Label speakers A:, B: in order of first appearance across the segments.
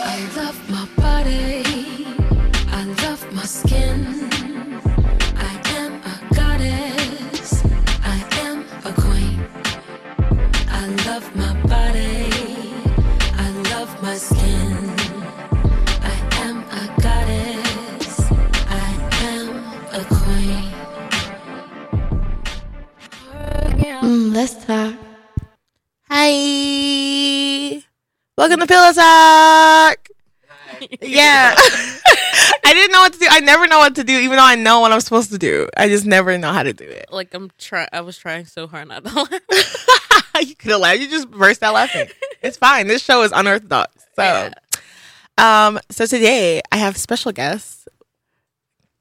A: love my body. I love my skin. I am a goddess. I am a queen. I love my body. I love my skin. I am a goddess. I am a queen.
B: Mm, let's talk.
C: Hi. Welcome to Pillow Talk. Yeah. I didn't know what to do. I never know what to do, even though I know what I'm supposed to do. I just never know how to do it.
D: Like I'm try. I was trying so hard not to laugh.
C: you could have laughed. You just burst out laughing. It's fine. This show is unorthodox. So,
D: Yeah.
C: um, so today I have special guests.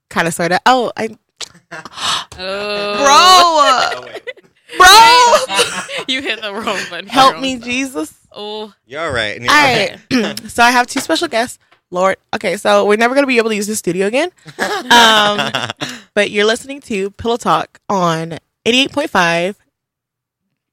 C: Kind of, sort of. Oh, I,
D: Oh,
C: bro, bro,
D: you hit the wrong button.
C: help me, Jesus.
D: Oh,
E: You're all right.
C: All right. so I have two special guests. Lord. Okay, so we're never gonna be able to use this studio again. Um, but you're listening to Pillow Talk on 88.5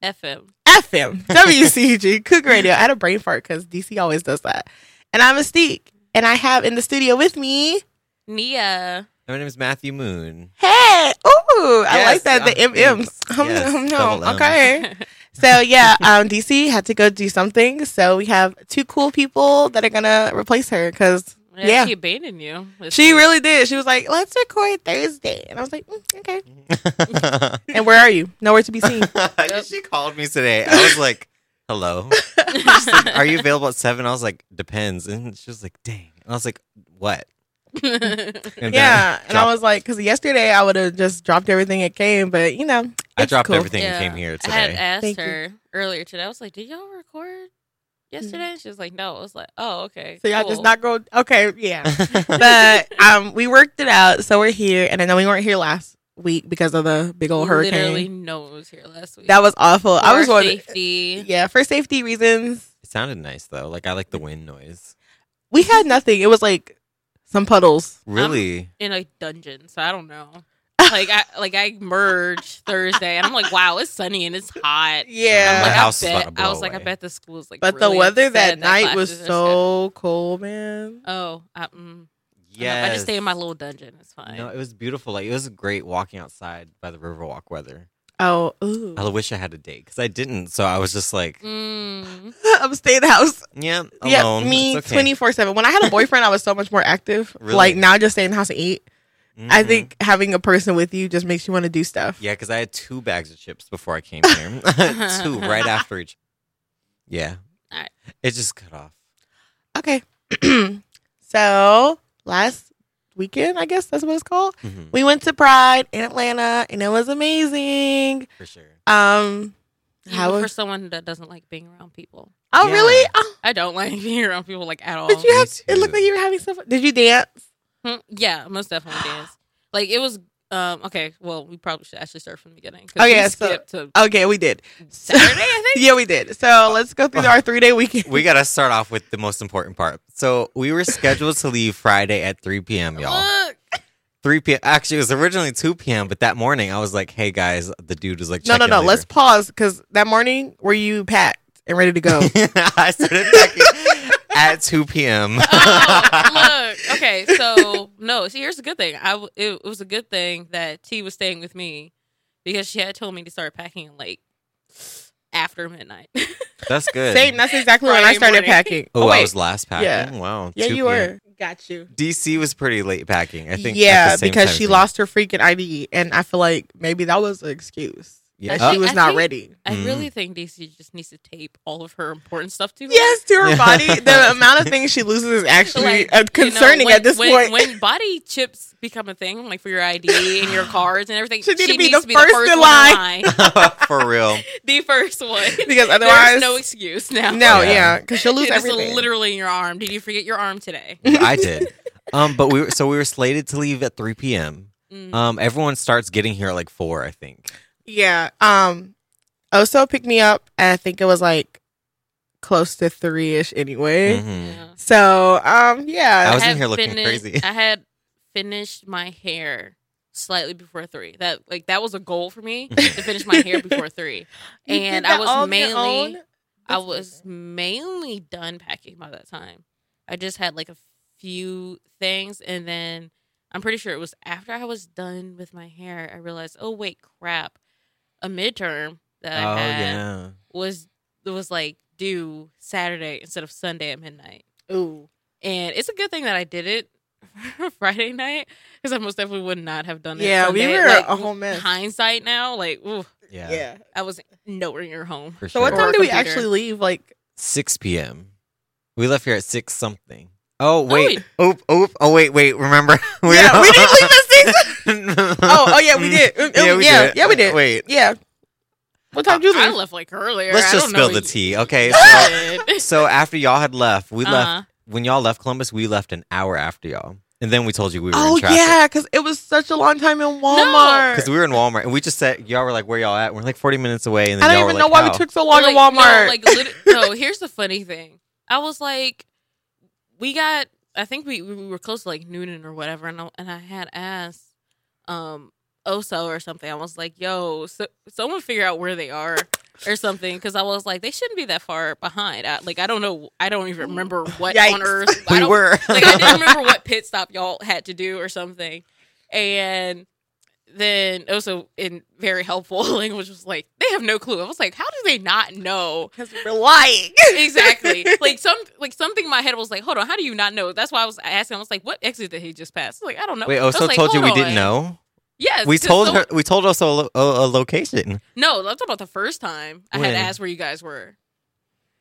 D: FM.
C: FM WCG Cook Radio. I had a brain fart because DC always does that. And I'm Mystique, and I have in the studio with me.
D: Nia.
E: My name is Matthew Moon.
C: Hey, ooh, I
E: Yes,
C: like that. The
E: um,
C: MMs. Um,
E: yes,
C: um,
E: double
C: no,
E: M.
C: okay. So yeah, um, DC had to go do something. So we have two cool people that are gonna replace her because Yeah.
D: she abandoned you. This
C: She
D: week.
C: really did. She was like, "Let's record Thursday," and I was like, "Mm, "Okay." And where are you? Nowhere to be seen.
E: she called me today. I was like, hello. She's like, Are you available at seven? I was like, depends. And she was like, dang. And I was like, what? And then
C: yeah,
E: I
C: and I
E: dropped-
C: was like, because yesterday I would have just dropped everything it came, but you know, it's
E: I dropped
C: cool.
E: everything
D: Yeah.
E: and came here
D: I had
E: today.
D: asked
C: Thank you.
D: her earlier today. I was like, "Did y'all record yesterday?" And she was like, "No." I was like, "Oh, okay."
C: Mm-hmm. So y'all
D: cool.
C: just not go. Okay, yeah. but um, we worked it out, so we're here, and I know we weren't here last week because of the big old hurricane.
D: Literally, no one was here last week.
C: That was awful. I
D: For
C: was wondering.
D: safety.
C: Yeah, for safety reasons,
E: It sounded nice though. Like I like the wind noise.
C: we had nothing. It was like some puddles.
E: Really?
D: in a dungeon, so I don't know. Like I like I merged Thursday, and I'm like, wow, it's sunny and it's hot.
C: Yeah,
D: Like,
E: My house is
D: I,
E: about
D: bet,
E: to blow
D: I was like, I
E: away.
D: bet the school is like.
C: But
D: really
C: the weather that
D: upset
C: night was
D: classes are
C: so cold, man.
D: scheduled. Oh, I, mm,
E: Yeah.
D: I just stay in my little dungeon. It's fine.
E: No, it was beautiful. Like it was great walking outside by the Riverwalk weather.
C: Oh, ooh.
E: I wish I had a date because I didn't. So I was just like,
D: Mm.
C: I'm staying in the house.
E: yeah, alone.
C: Yeah, me
E: It's okay.
C: twenty four seven. When I had a boyfriend, I was so much more active.
E: Really?
C: Like now, I just stay in the house and eat. I
E: Mhm.
C: think having a person with you just makes you want to do stuff.
E: Yeah, because I had two bags of chips before I came here. two right after each. Yeah.
D: Alright.
E: It just cut off.
C: Okay. so last weekend, I guess that's what it's called.
E: Mhm,
C: We went to Pride in Atlanta, and it was amazing.
E: For sure.
C: Um, how
D: Even for
C: was?
D: someone that doesn't like being around people,
C: Oh,
E: Yeah. Oh,
C: really? Oh,
D: I don't like being around people like at all.
C: but you
E: me
C: have. It looked
E: too.
C: like you were having stuff. Did you dance?
D: Hmm, yeah, most definitely dance. Like it was. Um. Okay. Well, we probably should actually start from the beginning. 'cause
C: Oh,
D: we
C: yeah, so-
D: skipped to
C: Okay, we did. So-
D: Saturday. I think.
C: yeah, we did.
E: Oh,
C: So let's go through our three day weekend.
E: We got to start off with the most important part. So we were scheduled to leave Friday at 3 p.m., y'all.
D: Look.
E: 3 p.m. Actually, it was originally 2 p.m., but that morning I was like, hey guys, the dude was like,
C: No,
E: check
C: no,
E: in
C: no.
E: later.
C: Let's pause because that morning were you packed and ready to go?
E: I started checking at 2 p.m.
D: Oh, look. Okay. So no. See, here's a good thing. I w- it, it was a good thing that T was staying with me because she had told me to start packing like after midnight.
E: That's good.
C: Same. That's exactly when I
D: Friday
C: started
D: morning.
C: packing.
E: Oh,
C: wait.
E: I was last packing.
C: Yeah.
E: Wow.
C: yeah,
E: 2
C: you
E: p.m.
C: were. Got you.
E: DC was pretty late packing. I think. at
C: yeah,
E: the same
C: because
E: time
C: she
E: as me.
C: lost her freaking ID, and I feel like maybe that was an excuse.
E: Yeah.
C: That she
D: Uh,
C: was
D: I
C: not
D: think-
C: ready.
D: I
E: Mm.
D: really think DC just needs to tape all of her important stuff to her.
C: Yes, to her
E: Yeah.
C: body, the amount of things she loses is actually
D: Like,
C: uh,
D: you know,
C: concerning
D: when-
C: at this
D: when,
C: point.
D: When body chips become a thing, like for your ID and your cards and everything,
C: She need to be
D: needs
C: the first in
D: one
C: line.
E: Uh, For real.
D: the first one.
C: because
D: There's
C: otherwise,
D: no excuse now.
C: no,
E: Yeah.
C: yeah, because she'll lose
D: It is
C: everything.
D: literally in your arm. Did you forget your arm today?
E: I did. Um, but we were, so we were slated to leave at 3 p.m.
D: Mm.
E: Um, everyone starts getting here at like four, I think.
C: Yeah. Um Oso picked me up and I think it was like close to three ish anyway.
E: Mhm.
D: Yeah.
C: So um yeah.
E: I was in
D: had
E: here looking crazy.
D: I had finished my hair slightly before three. That like that was a goal for me to finish my hair before three,
C: You did
D: and
C: that
D: I
C: all
D: was
C: on your
D: mainly
C: own?
D: I
C: That's
D: was mainly done packing by that time. I just had like a few things, and then I'm pretty sure it was after I was done with my hair, I realized, oh wait, crap, a midterm that I
E: oh
D: had
E: yeah.
D: was was like due Saturday instead of Sunday at midnight,
C: Ooh.
D: and it's a good thing that I did it. Friday night, because I most definitely would not have done it.
C: Yeah, we
D: Sunday.
C: were
D: Like,
C: a whole mess.
D: Hindsight now, like, ooh,
E: Yeah.
C: Yeah.
D: I was nowhere near home.
E: For
C: So what
E: sure.
C: time do we
D: Computer.
C: actually leave? Like
E: 6 p.m. We left here at 6 something. Oh, wait.
D: wait.
E: Oh, oh, oh, wait, wait. Remember?
C: Yeah, we didn't leave at
E: oh,
C: Oh, oh yeah, we did. Mm, mm, yeah, yeah, we did.
E: Wait.
C: yeah. What time do you
D: I
C: leave?
D: left like earlier.
E: Let's
D: I
E: just
D: don't know
E: spill the
D: what
E: tea. Okay.
D: you
E: So,
D: did.
E: so after y'all had left, we
D: Uh-huh.
E: left. When y'all left Columbus, we left an hour after y'all. And then we told you we were
C: Oh
E: in traffic.
C: yeah, because it was such a long time in Walmart.
E: Because we were in Walmart and we just said, y'all were like, where y'all at? We're like 40 minutes away. And then
C: I don't
E: y'all
C: even
E: were
C: know
E: like,
C: why
E: how?
C: we took so long
D: Like,
C: in Walmart.
D: No, like lit- no, here's the funny thing. I was like, we got. I think we we were close to like Noonan or whatever, and I, and I had asked, um, Oso or something. I was like, yo, so, someone figure out where they are or something, because I was like, they shouldn't be that far behind. I, like I don't know. I don't even remember what on
C: Yikes.
D: earth I
E: We
D: don't-
E: were.
D: like I didn't remember what pit stop y'all had to do or something. And then also in very helpful language was like, they have no clue. I was like, how do they not know?
C: Because we were lying.
D: Exactly. like some like something in my head was like, hold on, how do you not know? That's why I was asking. I was like, what exit did he just pass? Like, I don't know.
E: Wait,
D: I was
E: Oso
D: like,
E: told you
D: hold
E: we didn't
D: on.
E: know.
D: Yes.
E: We
D: 'cause
E: told
D: someone-
E: her. We told Oso a, lo- a, a location
D: No, I'm talking about the first time I
E: When?
D: had asked where you guys were.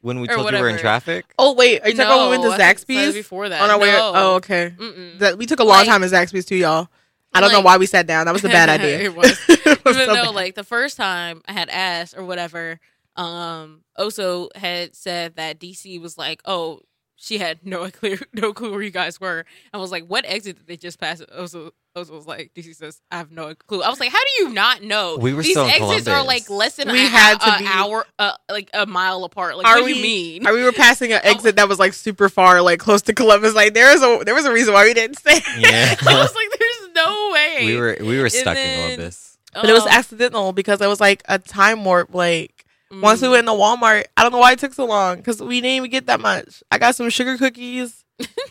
E: when we
D: Or
E: told you we were in
D: whatever.
E: traffic.
C: oh wait, are you talking about when we
D: I
C: went to
D: think it was
C: Zaxby's
D: before that.
C: on our way?
D: No.
C: Oh okay.
D: Mm-mm.
C: That we took a long
D: Like-
C: time at Zaxby's too, y'all. I don't know
D: Like-
C: why we sat down. That was a bad idea.
D: It was.
C: It was
D: even
C: so
D: though
C: bad.
D: like the first time I had asked or whatever, um, Oso had said that DC was like, oh, she had no clue, no clue where you guys were. I was like, what exit did they just pass? Oso, Oso was like, DC says, I have no clue. I was like, how do you not know?
E: We were
D: These
E: still in
D: exits are
E: Columbus.
D: like less than
C: We
D: a,
C: had to
D: a
C: be-
D: hour, uh, like a mile apart. Like,
C: Are
D: what do
C: we-
D: you mean?
C: Or we were passing an exit that was like super far, like close to Columbus. Like there is a there was a reason why we didn't stay.
D: Oh, I
E: Yeah,
D: was like, there's no way.
E: we were we were stuck
D: then-
E: in Columbus.
C: But it was
D: Um,
C: accidental because it was like a time warp. Like once we
D: mm.
C: went into Walmart, I don't know why it took so long because we didn't even get that much. I got some sugar cookies.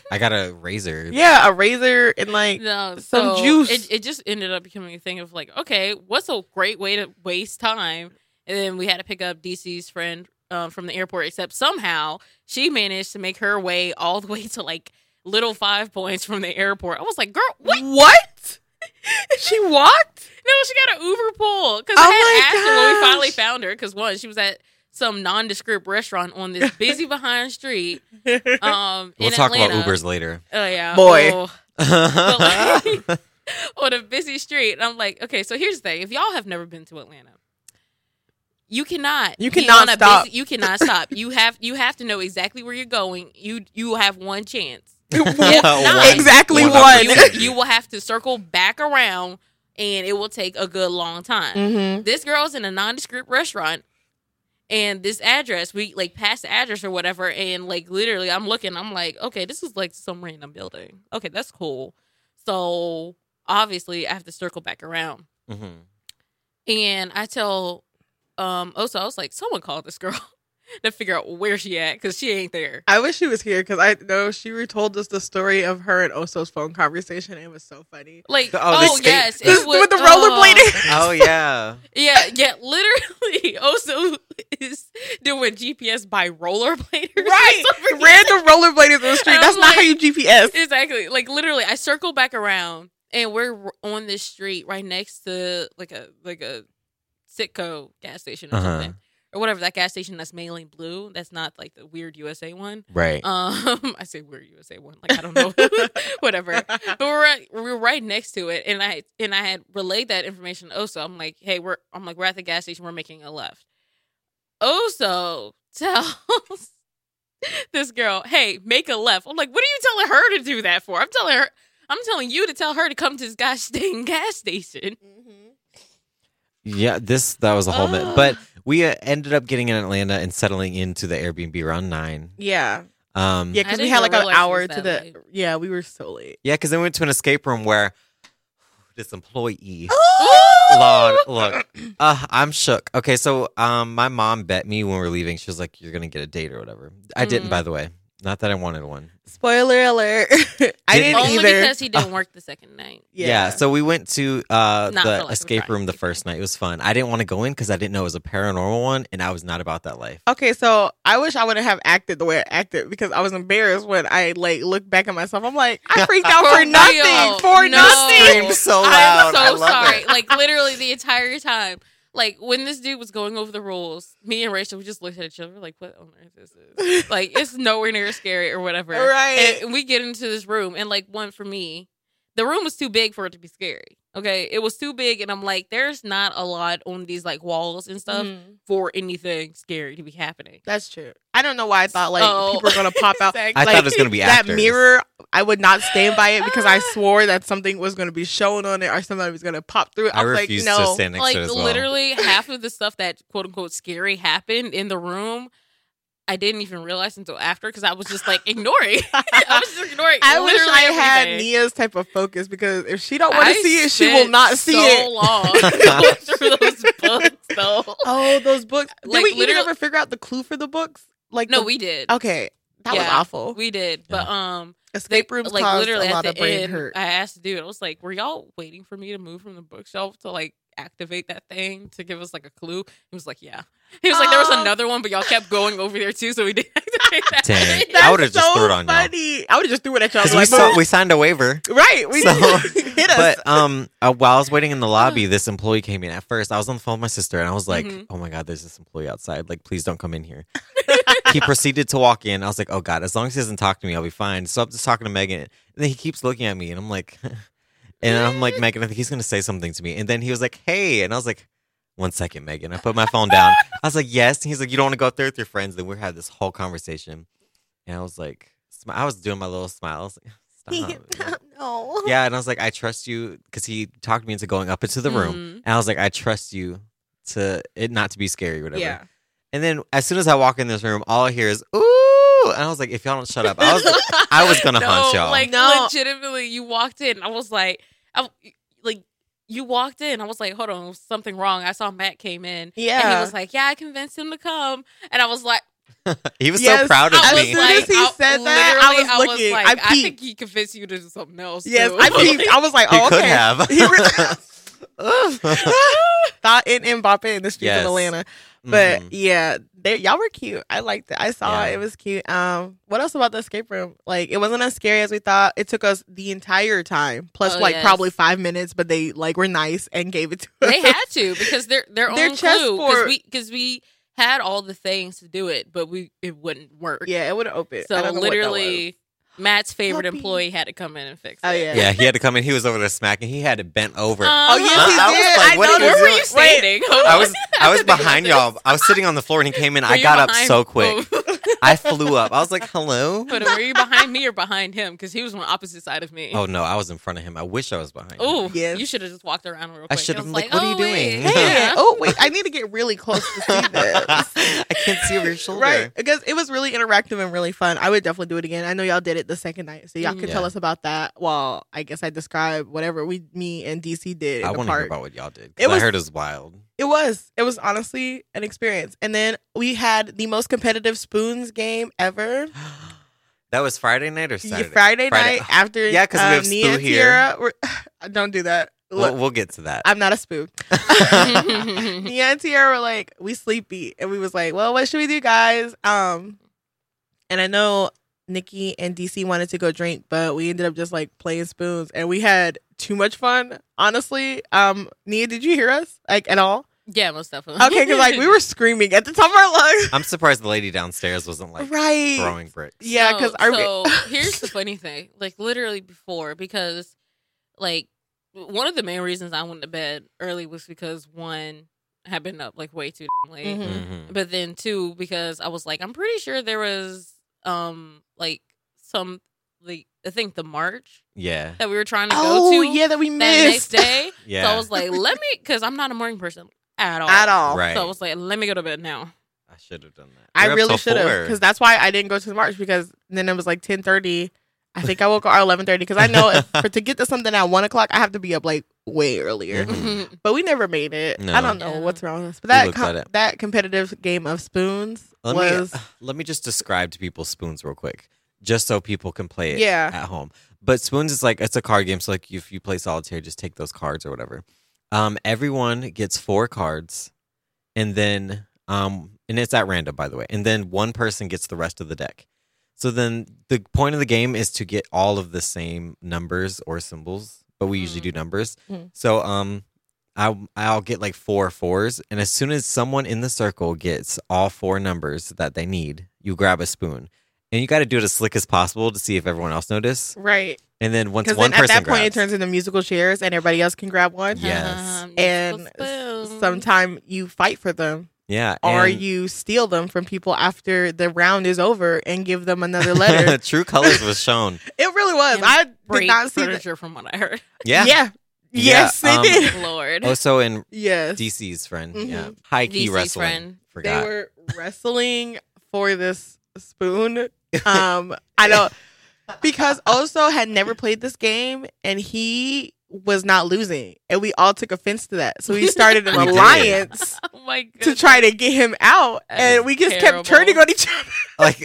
E: I got a razor.
C: Yeah, a razor and like
D: No,
C: some
D: so
C: juice.
D: It, it just ended up becoming a thing of like, okay, what's a great way to waste time? And then we had to pick up DC's friend um, from the airport, except somehow she managed to make her way all the way to like little five points from the airport. I was like, girl, what?
C: what? she walked.
D: No, she got an Uber pull. Because
C: Oh
D: I
C: my
D: had asked her when we
C: gosh.
D: finally found her. Because one, she was at some nondescript restaurant on this busy behind street. Um,
E: We'll
D: in
E: talk about
D: Atlanta.
E: Ubers later.
D: Oh yeah,
C: Boy.
D: Oh.
E: But,
D: like- on a busy street. And I'm like, okay, so here's the thing. If y'all have never been to Atlanta, you cannot
C: You
D: be
C: cannot
D: on a
C: stop.
D: busy- you cannot stop. You have you have to know exactly where you're going. You you have one chance.
C: Exactly
E: one
C: one.
D: You,
E: opportunity.
D: you will have to circle back around and it will take a good long time.
C: Mm-hmm.
D: This girl's in a nondescript restaurant and this address, we like passed the address or whatever, and like literally I'm looking, I'm like, okay, this is like some random building. Okay, that's cool. So obviously I have to circle back around.
E: Mhm.
D: And I tell um also I was like, someone called this girl to figure out where she at because she ain't there.
C: I wish she was here because I know she retold us the story of her and Oso's phone conversation. It was so funny.
D: Like
E: The- oh, the
D: oh,
E: skate-
D: yes, it
C: This-
D: was-
C: with the
D: oh.
C: rollerblading.
E: Oh yeah.
D: yeah, yeah, literally also is doing GPS by rollerbladers. or something.
C: Random rollerbladers on the street.
D: I'm
C: That's not how
D: like-
C: you GPS.
D: Exactly. Like literally, I circle back around and we're r- on this street right next to like a like a Sitco gas station or
E: Uh-huh.
D: something. Or whatever that gas station that's mainly blue, that's not like the weird USA one.
E: Right.
D: Um, I say weird USA one, like I don't know, whatever. But we're at, we're right next to it, and I and I had relayed that information. to Oso, I'm like, hey, we're I'm like we're at the gas station, we're making a left. Oso tells this girl, hey, make a left. I'm like, what are you telling her to do that for? I'm telling her, I'm telling you to tell her to come to this gosh dang gas station.
E: yeah. This that was a whole
D: Ugh.
E: minute. But
D: Ah.
E: we uh, ended up getting in Atlanta and settling into the Airbnb around nine.
C: Yeah,
E: Um,
C: yeah,
D: I
C: because we
D: didn't
C: had like an
D: realize it was
C: hour to
D: that
C: the.
D: late.
C: Yeah, we were so late.
E: Yeah, because then we went to an escape room where this employee.
C: Oh,
E: Lord, look, uh, I'm shook. Okay, so um, my mom bet me when we were leaving, she was like, "You're gonna get a date or whatever." I didn't,
D: Mm.
E: by the way. Not that I wanted one.
C: Spoiler alert. I
E: Didn't-
C: didn't
D: Only
C: either.
D: because he didn't work the second night.
E: Yeah. so we went to uh,
D: Not for,
E: the
D: like, a
E: escape
D: Friday
E: room the
D: thing.
E: first night. It was fun. I didn't want to go in because I didn't know it was a paranormal one, and I was not about that life.
C: Okay, so I wish I wouldn't have acted the way I acted because I was embarrassed when I like looked back at myself. I'm like, I freaked out
D: For
C: for
D: real.
C: nothing. For
D: Oh, No.
C: nothing.
E: Screamed so
D: I'm
E: loud.
D: so
E: Oh, I love
D: sorry.
E: it.
D: Like literally the entire time. Like when this dude was going over the rules, me and Rachel we just looked at each other like, "What on earth is this? Like it's nowhere near scary or whatever."
C: Right.
D: And we get into this room, and like one for me, the room was too big for it to be scary. Okay, it was too big, and I'm like, "There's not a lot on these like walls and stuff
E: Mm-hmm.
C: Mhm.
D: for anything scary to be happening."
C: That's true. I don't know why I thought like
D: So-
C: people were gonna pop out.
D: Exactly.
E: I
C: Like,
E: thought it was gonna be
C: that
E: actors.
C: mirror. I would not stand by it because I swore that something was gonna be shown on it or somebody was gonna pop through. it.
E: I,
C: I was like,
E: refused to
C: no.
E: stand next
D: like
E: to it as well.
D: literally half of the stuff that quote unquote scary happened in the room i didn't even realize until after because i was just like ignoring i was just ignoring
C: I wish
D: literally
C: I had
D: everything.
C: Nia's type of focus because if she don't want to
D: I
C: see it, she
D: spent
C: will not see
D: so
C: it.
D: long going through those books though
C: Oh, those books! Did
D: Like,
C: we even
D: literal-
C: ever figure out the clue for the books? Like,
D: no
C: the-
D: we did
C: Okay, that was
D: Yeah.
C: awful.
D: we did but um
C: Escape rooms
D: like
C: caused
D: literally
C: a lot
D: at
C: of
D: the
C: brain
D: end
C: hurt.
D: i asked the dude i was like were y'all waiting for me to move from the bookshelf to like activate that thing to give us like a clue he was like yeah he was like there was
C: Oh.
D: another one but y'all kept going over there too so we didn't activate that
E: Dang.
D: thing.
E: I would've just
C: so
E: threw it on y'all.
C: funny. I would have just threw it at y'all.
E: because we
C: like,
E: saw, we signed a waiver.
C: right, we
E: So-
C: hit us. Ah.
E: But um, uh, while I was waiting in the lobby, this employee came in. At first, I was on the phone with my sister, and I was like,
C: Mm-hmm.
D: Mhm.
E: "Oh my god, there's this employee outside. Like, please don't come in here." he proceeded to walk in. I was like, "Oh god, as long as he doesn't talk to me, I'll be fine." So I'm just talking to Megan, and then he keeps looking at me, and I'm like, and I'm like, Megan, I think he's gonna say something to me. And then he was like, "Hey," and I was like. One second, Megan. I put my phone down. I was like, "Yes." And he's like, "You don't want to go up there with your friends." Then we had this whole conversation, and I was like, smi- "I was doing my little smile." I was like, "Stop."
C: no.
E: Uh-huh. Yeah, and I was like, I trust you because he talked me into going up into the room,
D: Mm-hmm.
E: and I was like, I trust you to it not to be scary, whatever.
C: Yeah.
E: And then as soon as I walk in this room, all I hear is ooh, and I was like, if y'all don't shut up, I was I was gonna
D: no,
E: haunt y'all.
D: Like
C: No.
D: legitimately, you walked in. I was like, I, like you walked in. I was like, hold on, something wrong. I saw Matt came in. And he
C: Yeah.
D: was like, yeah, I convinced him to come. And I was like,
E: he was so
C: Yes,
E: proud of
D: I
C: As
D: was
E: me.
C: soon as
D: like,
C: he
D: I-
C: said that, I
D: literally,
C: was looking.
D: like,
C: I
D: I, think
C: peeked.
D: he convinced you to do something else.
C: Yes,
D: too.
C: I peeped. I was like,
E: he
C: oh,
E: could
C: okay.
E: have.
C: He re-
E: Mhm.
C: Thought in Mbappe in the streets
E: Yes. Mm-hmm.
C: of Atlanta, but yeah, they, y'all were cute. I liked it. I saw
E: Yeah.
C: it. it was cute. Um, what else about the escape room? Like, it wasn't as scary as we thought. It took us the entire time, plus
D: Oh,
C: like
D: yes.
C: probably five minutes. But they like were nice and gave it to us.
D: they had to because their their,
C: Their
D: own clue because
C: chessboard-
D: we because we had all the things to do it, but we it wouldn't work.
C: Yeah, it would have opened. I
D: So
C: don't know what that was.
D: literally, Matt's favorite
C: Puppy.
D: employee had to come in and fix it.
C: Oh, yeah.
E: yeah, he had to come in. He was over there smacking. He had it bent over.
C: Oh, yes,
E: Uh,
C: he
E: I was
C: did.
E: like,
C: I
E: what
C: know.
E: are you
D: Where were
E: doing?
D: you standing? Hold
E: I
D: on.
E: was I was
D: have to think about
E: behind
D: this.
E: y'all. I was sitting on the floor and he came in.
D: Were
E: I
D: you
E: got up
D: behind-
E: so quick.
D: Oh.
E: I flew up. I was like, "Hello."
D: Hold on, were you behind me or behind him? Because he was on the opposite side of me.
E: Oh no, I was in front of him. I wish I was behind. him.
D: Oh,
C: Yes.
D: you should have just walked around real quick.
E: I should
D: And
E: have
D: was
E: like, what are you
D: wait.
E: doing?
C: Hey, oh wait, I need to get really close to see this.
E: I can't see over your shoulder.
C: Right, because it was really interactive and really fun. I would definitely do it again. I know y'all did it the second night, so y'all
D: Mhm.
C: could tell
E: Mm. Yeah.
C: us about that. Well, I guess I described whatever we, me and DC did in
E: I
C: the
E: want to hear
C: park.
E: about what y'all did. 'cause
C: It
E: I
C: was-
E: heard it was wild.
C: it was, it was honestly an experience. And then we had the most competitive spoons game ever.
E: That was Friday night or
C: Friday,
E: Saturday? Friday.
C: night after
E: Yeah, 'cause we have
C: Nia
E: Spoo
C: and
E: here.
C: Tiara were- don't do that. Look,
E: We'll, we'll get to that.
C: I'm not a spoon.
D: doing?
C: Nia and Tiara were like, we sleepy. And we was like, well, what should we do, guys? Um, and I know Nikki and DC wanted to go drink, but we ended up just like playing spoons and we had too much fun, honestly. Um, Nia, did you hear us? Like at all?
D: yeah, most definitely.
C: Okay, because like we were screaming at the top of our lungs.
E: I'm surprised the lady downstairs wasn't like
C: right.
E: throwing bricks.
C: Yeah, because
D: so,
C: our
D: so here's the funny thing. Like literally before, because like one of the main reasons I went to bed early was because one I had been up like way too late.
C: Mhm.
E: Mhm.
D: but then two because i was like i'm pretty sure there was um like some like i think the march
E: Yeah,
D: that we were trying to
C: Oh,
D: go to
C: yeah, that we
D: that
C: missed.
D: next day
E: yeah.
D: so i was like let me because i'm not a morning person at all
C: at all.
E: Right.
D: so i was like let me go to bed now
E: I should have done that.
C: I
E: We're up
C: really
E: till
C: should have
E: four.
C: because that's why I didn't go to the march because then it was like ten thirty. I think I woke up at eleven thirty because I know if, for to get to something at one o'clock I have to be up like way earlier.
E: Mhm.
C: But we never made it.
E: No.
C: I don't
D: Yeah.
C: know what's wrong with us. But
E: We
C: that
E: looked at
C: com-
E: it.
C: that competitive game of spoons
E: Let
C: was
E: me uh, let me just describe to people spoons real quick, just so people can play it
C: Yeah.
E: at home. But spoons is like it's a card game, so like if you play solitaire, just take those cards or whatever. Um, everyone gets four cards, and then um, and it's at random by the way, and then one person gets the rest of the deck. So then the point of the game is to get all of the same numbers or symbols, but we usually
D: Mhm.
E: do numbers.
C: Mhm.
E: So um I I'll get like four fours and as soon as someone in the circle gets all four numbers that they need, you grab a spoon. And you got to do it as slick as possible to see if everyone else notice.
C: right
E: And then once
C: because
E: one
C: then at
E: person
C: that point it
E: grabs-
C: turns into musical chairs and everybody else can grab one.
E: Yeah. Yes.
D: Um,
C: And
D: spoon.
C: Sometime you fight for them
E: yeah,
C: or
E: and-
C: you steal them from people after the round is over and give them another letter.
E: True colors was shown.
C: it really was.
D: And
C: I did
D: break
C: not see that.
D: furniture from what I heard.
E: Yeah.
C: Yeah.
E: Yeah,
C: Yes, they
E: um,
C: did.
D: Lord.
E: Also in
C: Yes.
E: DC's friend, yeah,
C: Mhm.
E: high key
D: DC's
E: wrestling.
D: friend.
E: Forgot.
C: They were wrestling for this spoon. Um, I don't because Oso had never played this game and he was not losing, and we all took offense to that. So we started an
E: We did.
C: alliance
D: oh my god.
C: to try to get him out,
D: That
C: and
D: is
C: we just
D: terrible.
C: kept turning on each other.
E: like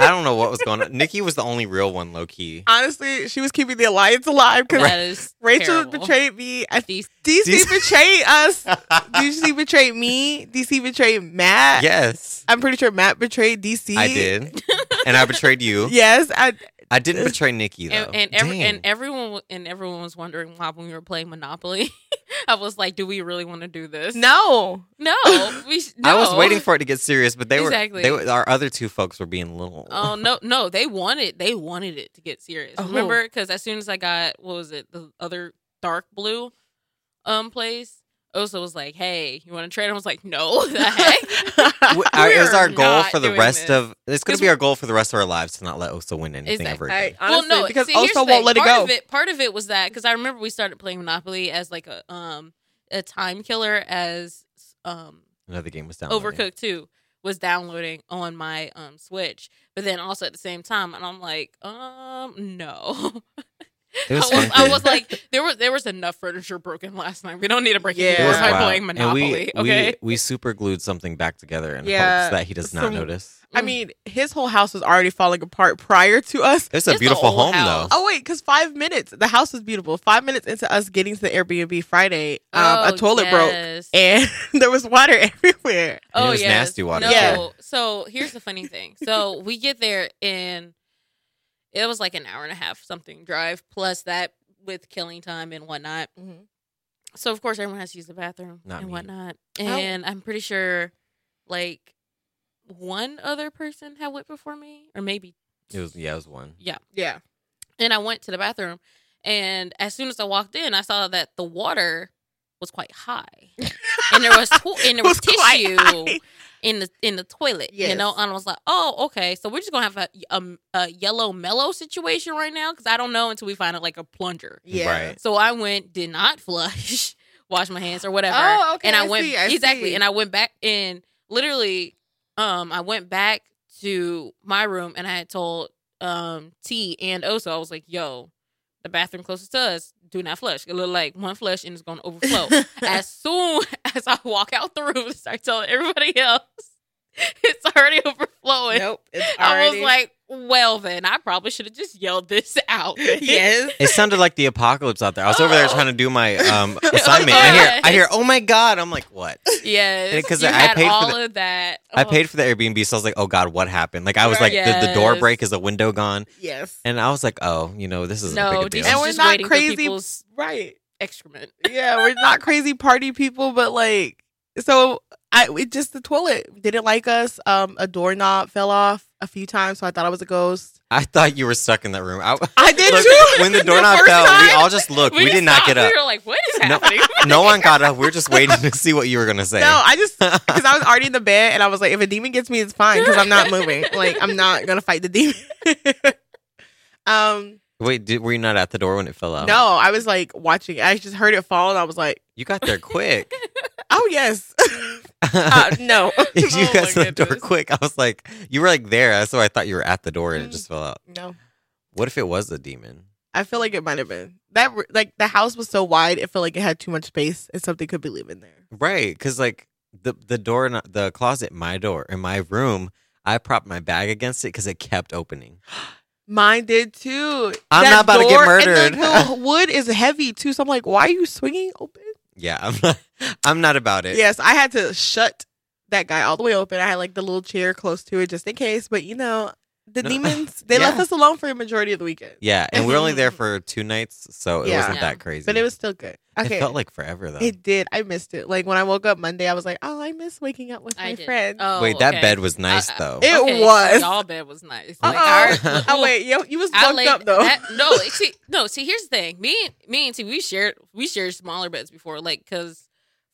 E: I don't know what was going on. Nikki was the only real one, low key.
C: Honestly, she was keeping the alliance alive because
D: That is
C: Rachel
D: terrible.
C: betrayed me. I,
D: DC.
C: DC betrayed us. DC betrayed me. DC betrayed Matt.
E: yes,
C: I'm pretty sure Matt betrayed DC.
E: I did, and I betrayed you.
C: Yes, I
E: I didn't betray Nikki though.
D: And, and, every,
E: Dang.
D: and everyone w- and everyone was wondering why when we were playing Monopoly, I was like, "Do we really want to do this?"
C: no.
D: no, we. Sh-
E: I was
D: no.
E: waiting for it to get serious, but they were
D: Exactly.
E: they were, our other two folks were being little.
D: Oh no, no, they wanted they wanted it to get serious.
C: Oh.
D: Remember, because as soon as I got what was it, the other dark blue, um, place. Osa was like, "Hey, you want to trade?" I was like, "No, the heck."
E: We- I- it was
D: we're
E: our goal
D: not
E: for the
D: doing
E: rest
D: this.
E: of it's going
D: 'Cause
E: to be our goal for the rest of our lives to not let Osa win anything
D: Exactly.
E: ever.
C: I,
E: again.
C: honestly,
D: well, no,
C: because
D: see, here's
C: also
D: the
C: won't let
D: thing.
C: it
D: part
C: go.
D: Of it, part of it was that because I remember we started playing Monopoly as like a um a time killer as um
E: Another game was down.
C: Oh,
D: Overcooked too was downloading on my um Switch, but then also at the same time, and I'm like, um, no.
E: It was
D: I, was,
E: fun
D: I
E: though.
D: was like, there was there was enough furniture broken last night. We don't need to break
C: Yeah.
D: it
E: It was
D: more by
E: wild.
D: playing Monopoly.
E: And we,
D: okay,
E: we we super glued something back together in
C: Yeah,
E: hopes that he does not
C: some-
E: notice.
C: I mean, his whole house was already falling apart prior to us.
E: It's a
D: It's the
E: beautiful
D: old
E: home
D: house.
E: though.
C: Oh wait, because five minutes the house was beautiful. Five minutes into us getting to the Airbnb Friday, um,
D: Oh,
C: a toilet broke
D: yes.
C: and there was water everywhere.
E: And it
D: Oh
E: was
D: yeah,
E: nasty water,
D: No.
C: too.
D: So here's the funny thing. So we get there and it was like an hour and a half something drive plus that with killing time and whatnot. So of course everyone has to use the bathroom
E: Not
D: and
E: me.
D: whatnot. And I'm pretty sure like one other person had went before me or maybe
E: It was yeah, it was one.
D: yeah.
C: Yeah,
D: And I went to the bathroom and as soon as I walked in, I saw that the water was quite high. and there was to- and there was,
C: It was quite
D: tissue
C: high.
D: in the in the toilet. You
C: Yes.
D: know, and I was like, oh, okay. So we're just gonna have a, a, a yellow mellow situation right now because I don't know until we find a, like a plunger.
C: yeah.
E: Right.
D: So I went, did not flush, wash my hands or whatever.
C: Oh, okay,
D: And I,
C: I
D: went
C: see, I
D: exactly,
C: see.
D: and I went back and literally, um, I went back to my room and I had told um T and Oso, I was like, yo, the bathroom closest to us, do not flush. It looked like one flush and it's gonna overflow as soon as I walk out the room and start telling everybody else, it's already overflowing.
C: nope. It's
D: I was
C: already-
D: like, well, then I probably should have just yelled this out.
C: yes.
E: It sounded like the apocalypse out there. I was over there
D: Oh.
E: trying to do my um, assignment. and I hear, I hear, oh my god! I'm like, what?
D: Yes,
E: And 'cause
D: you
E: I
D: had
E: paid for
D: all
E: the-
D: of that.
E: I
C: Uh-huh.
E: paid for the Airbnb, so I was like, oh god, what happened? Like I was like, the, the door
D: Yes.
E: break is a window gone,
C: Yes.
E: and I was like, oh, you know, this is
D: No,
E: a big
D: these
E: deal.
D: are
C: And we're
D: just
C: not
D: waiting for
C: crazy.
D: people's-
C: Right.
D: excrement.
C: Yeah, we're not crazy party people, but like, so I it just the toilet didn't like us. Um, a doorknob fell off a few times, so I thought it was a ghost.
E: I thought you were stuck in that room. I,
C: I did
E: Look,
C: too.
E: when the
C: The
E: doorknob
C: first
E: fell, we
C: time?
E: all just looked. We,
D: just
E: did not
D: stopped.
E: get up.
D: We were like, "What is
E: No.
D: happening?"
E: No one got up. We are just waiting to see what you were gonna say.
C: No, I just because I was already in the bed and I was like, if a demon gets me, it's fine because I'm not moving. Like I'm not gonna fight the demon. um,
E: Wait, did, were you not at the door when it fell out?
C: no, I was like watching. I just heard it fall and I was like,
E: you got there quick.
C: oh yes, uh, no,
E: you
D: Oh
E: got
D: my
E: to the door
D: goodness.
E: quick. I was
C: Mm.
E: like, you were like there, so I thought you were at the door and it just fell out.
C: no.
E: What if it was a demon?
C: I feel like it might have been that. r- Like the house was so wide, it felt like it had too much space, and something could be living there.
E: Right, because like the the door in the closet, my door in my room, I propped my bag against it because it kept opening.
C: Mine did too.
E: I'm not about to get
C: door- And
E: murdered.
C: the, the wood is heavy too, so I'm like, why are you swinging open?
E: Yeah, I'm not, I'm not about it.
C: Yes, I had to shut that guy all the way open. I had like the little chair close to it just in case, but you know, the
E: No.
C: demons they left
E: Yeah.
C: us alone for a majority of the weekend.
E: yeah, and we were only there for two nights, so it
C: Yeah.
E: wasn't
D: Yeah.
E: that crazy.
C: But it was still good. Okay.
E: it felt like uh, forever though.
C: It did. I missed it. Like when I woke up Monday, I was like, "Oh, I miss waking up with
D: I
C: my
D: did.
C: friends."
D: Oh,
E: Wait, that
D: okay.
E: bed was nice
D: I- I-
E: though.
C: Uh, It was.
D: Y'all bed was nice.
C: Uh-oh.
D: our-
C: oh wait, yo, you was
D: I
C: fucked
D: laid
C: up though.
D: that- no, see, no. See, here's the thing. Me, and me and T, we shared we shared smaller beds before, like because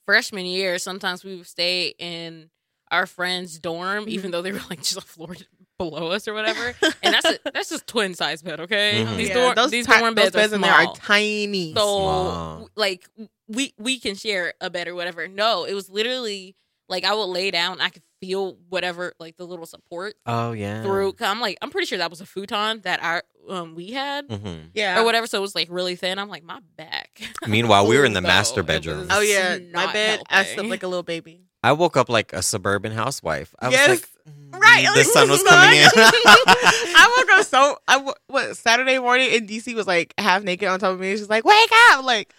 D: freshman year, sometimes we would stay in our friend's dorm, even though they were like just a floor below us or whatever. and that's a, that's just twin size bed, okay?
E: Mhm.
D: These
C: Yeah,
D: dorm
C: those
D: these
C: ti-
D: dorm
C: those
D: beds, are
C: in there are
D: small.
C: tiny.
D: So
E: Small.
D: like we we can share a bed or whatever. No, it was literally like I would lay down, I could feel whatever like the little support
E: oh yeah.
C: Mm.
D: through. 'cause I'm like I'm pretty sure that was a futon that our um we had
E: Mhm.
C: yeah.
D: or whatever. So it was like really thin. I'm like my back.
E: Meanwhile, we were in the
D: Though,
E: master
D: it was-
E: bedroom.
C: Oh yeah,
D: It's
C: my
D: not
C: bed. I slept
D: helping.
C: like a little baby.
E: I woke up like a suburban housewife. I
C: Yes.
E: was like, mm,
C: Right,
E: The
C: like,
E: sun was
C: sun.
E: coming in.
C: I woke up so I wo- what Saturday morning and DC was like half naked on top of me. She's like, "Wake up!" I'm Like,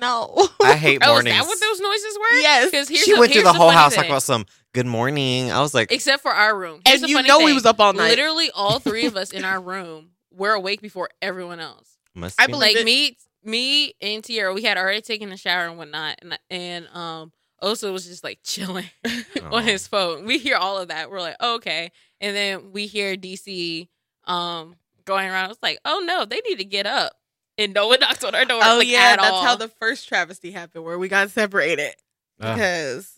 C: no.
E: I hate
D: Oh, is
E: mornings.
D: that what those noises were?
C: Yes.
D: Because here's
E: she
D: the,
E: went through
D: here's
E: the whole
D: funny
E: house
D: thing.
E: talking about some good morning. I was like,
D: except for our room. Here's
C: and
D: the
C: you
D: funny
C: know we
D: thing.
C: was up all night.
D: Literally, all three of us in our room were awake before everyone else.
E: must
C: I
E: be-
C: believe-
D: like
C: it.
D: me, me and Tierra, we had already taken a shower and whatnot, and and um, Osa was just like chilling
E: Oh.
D: on his phone. We hear all of that. We're like, oh, okay, and then we hear DC um going around. It's like, oh no, they need to get up, and no one knocks on our door.
C: Oh
D: like,
C: yeah,
D: at
C: that's
D: all.
C: how the first travesty happened, where we got separated
E: Ugh.
C: because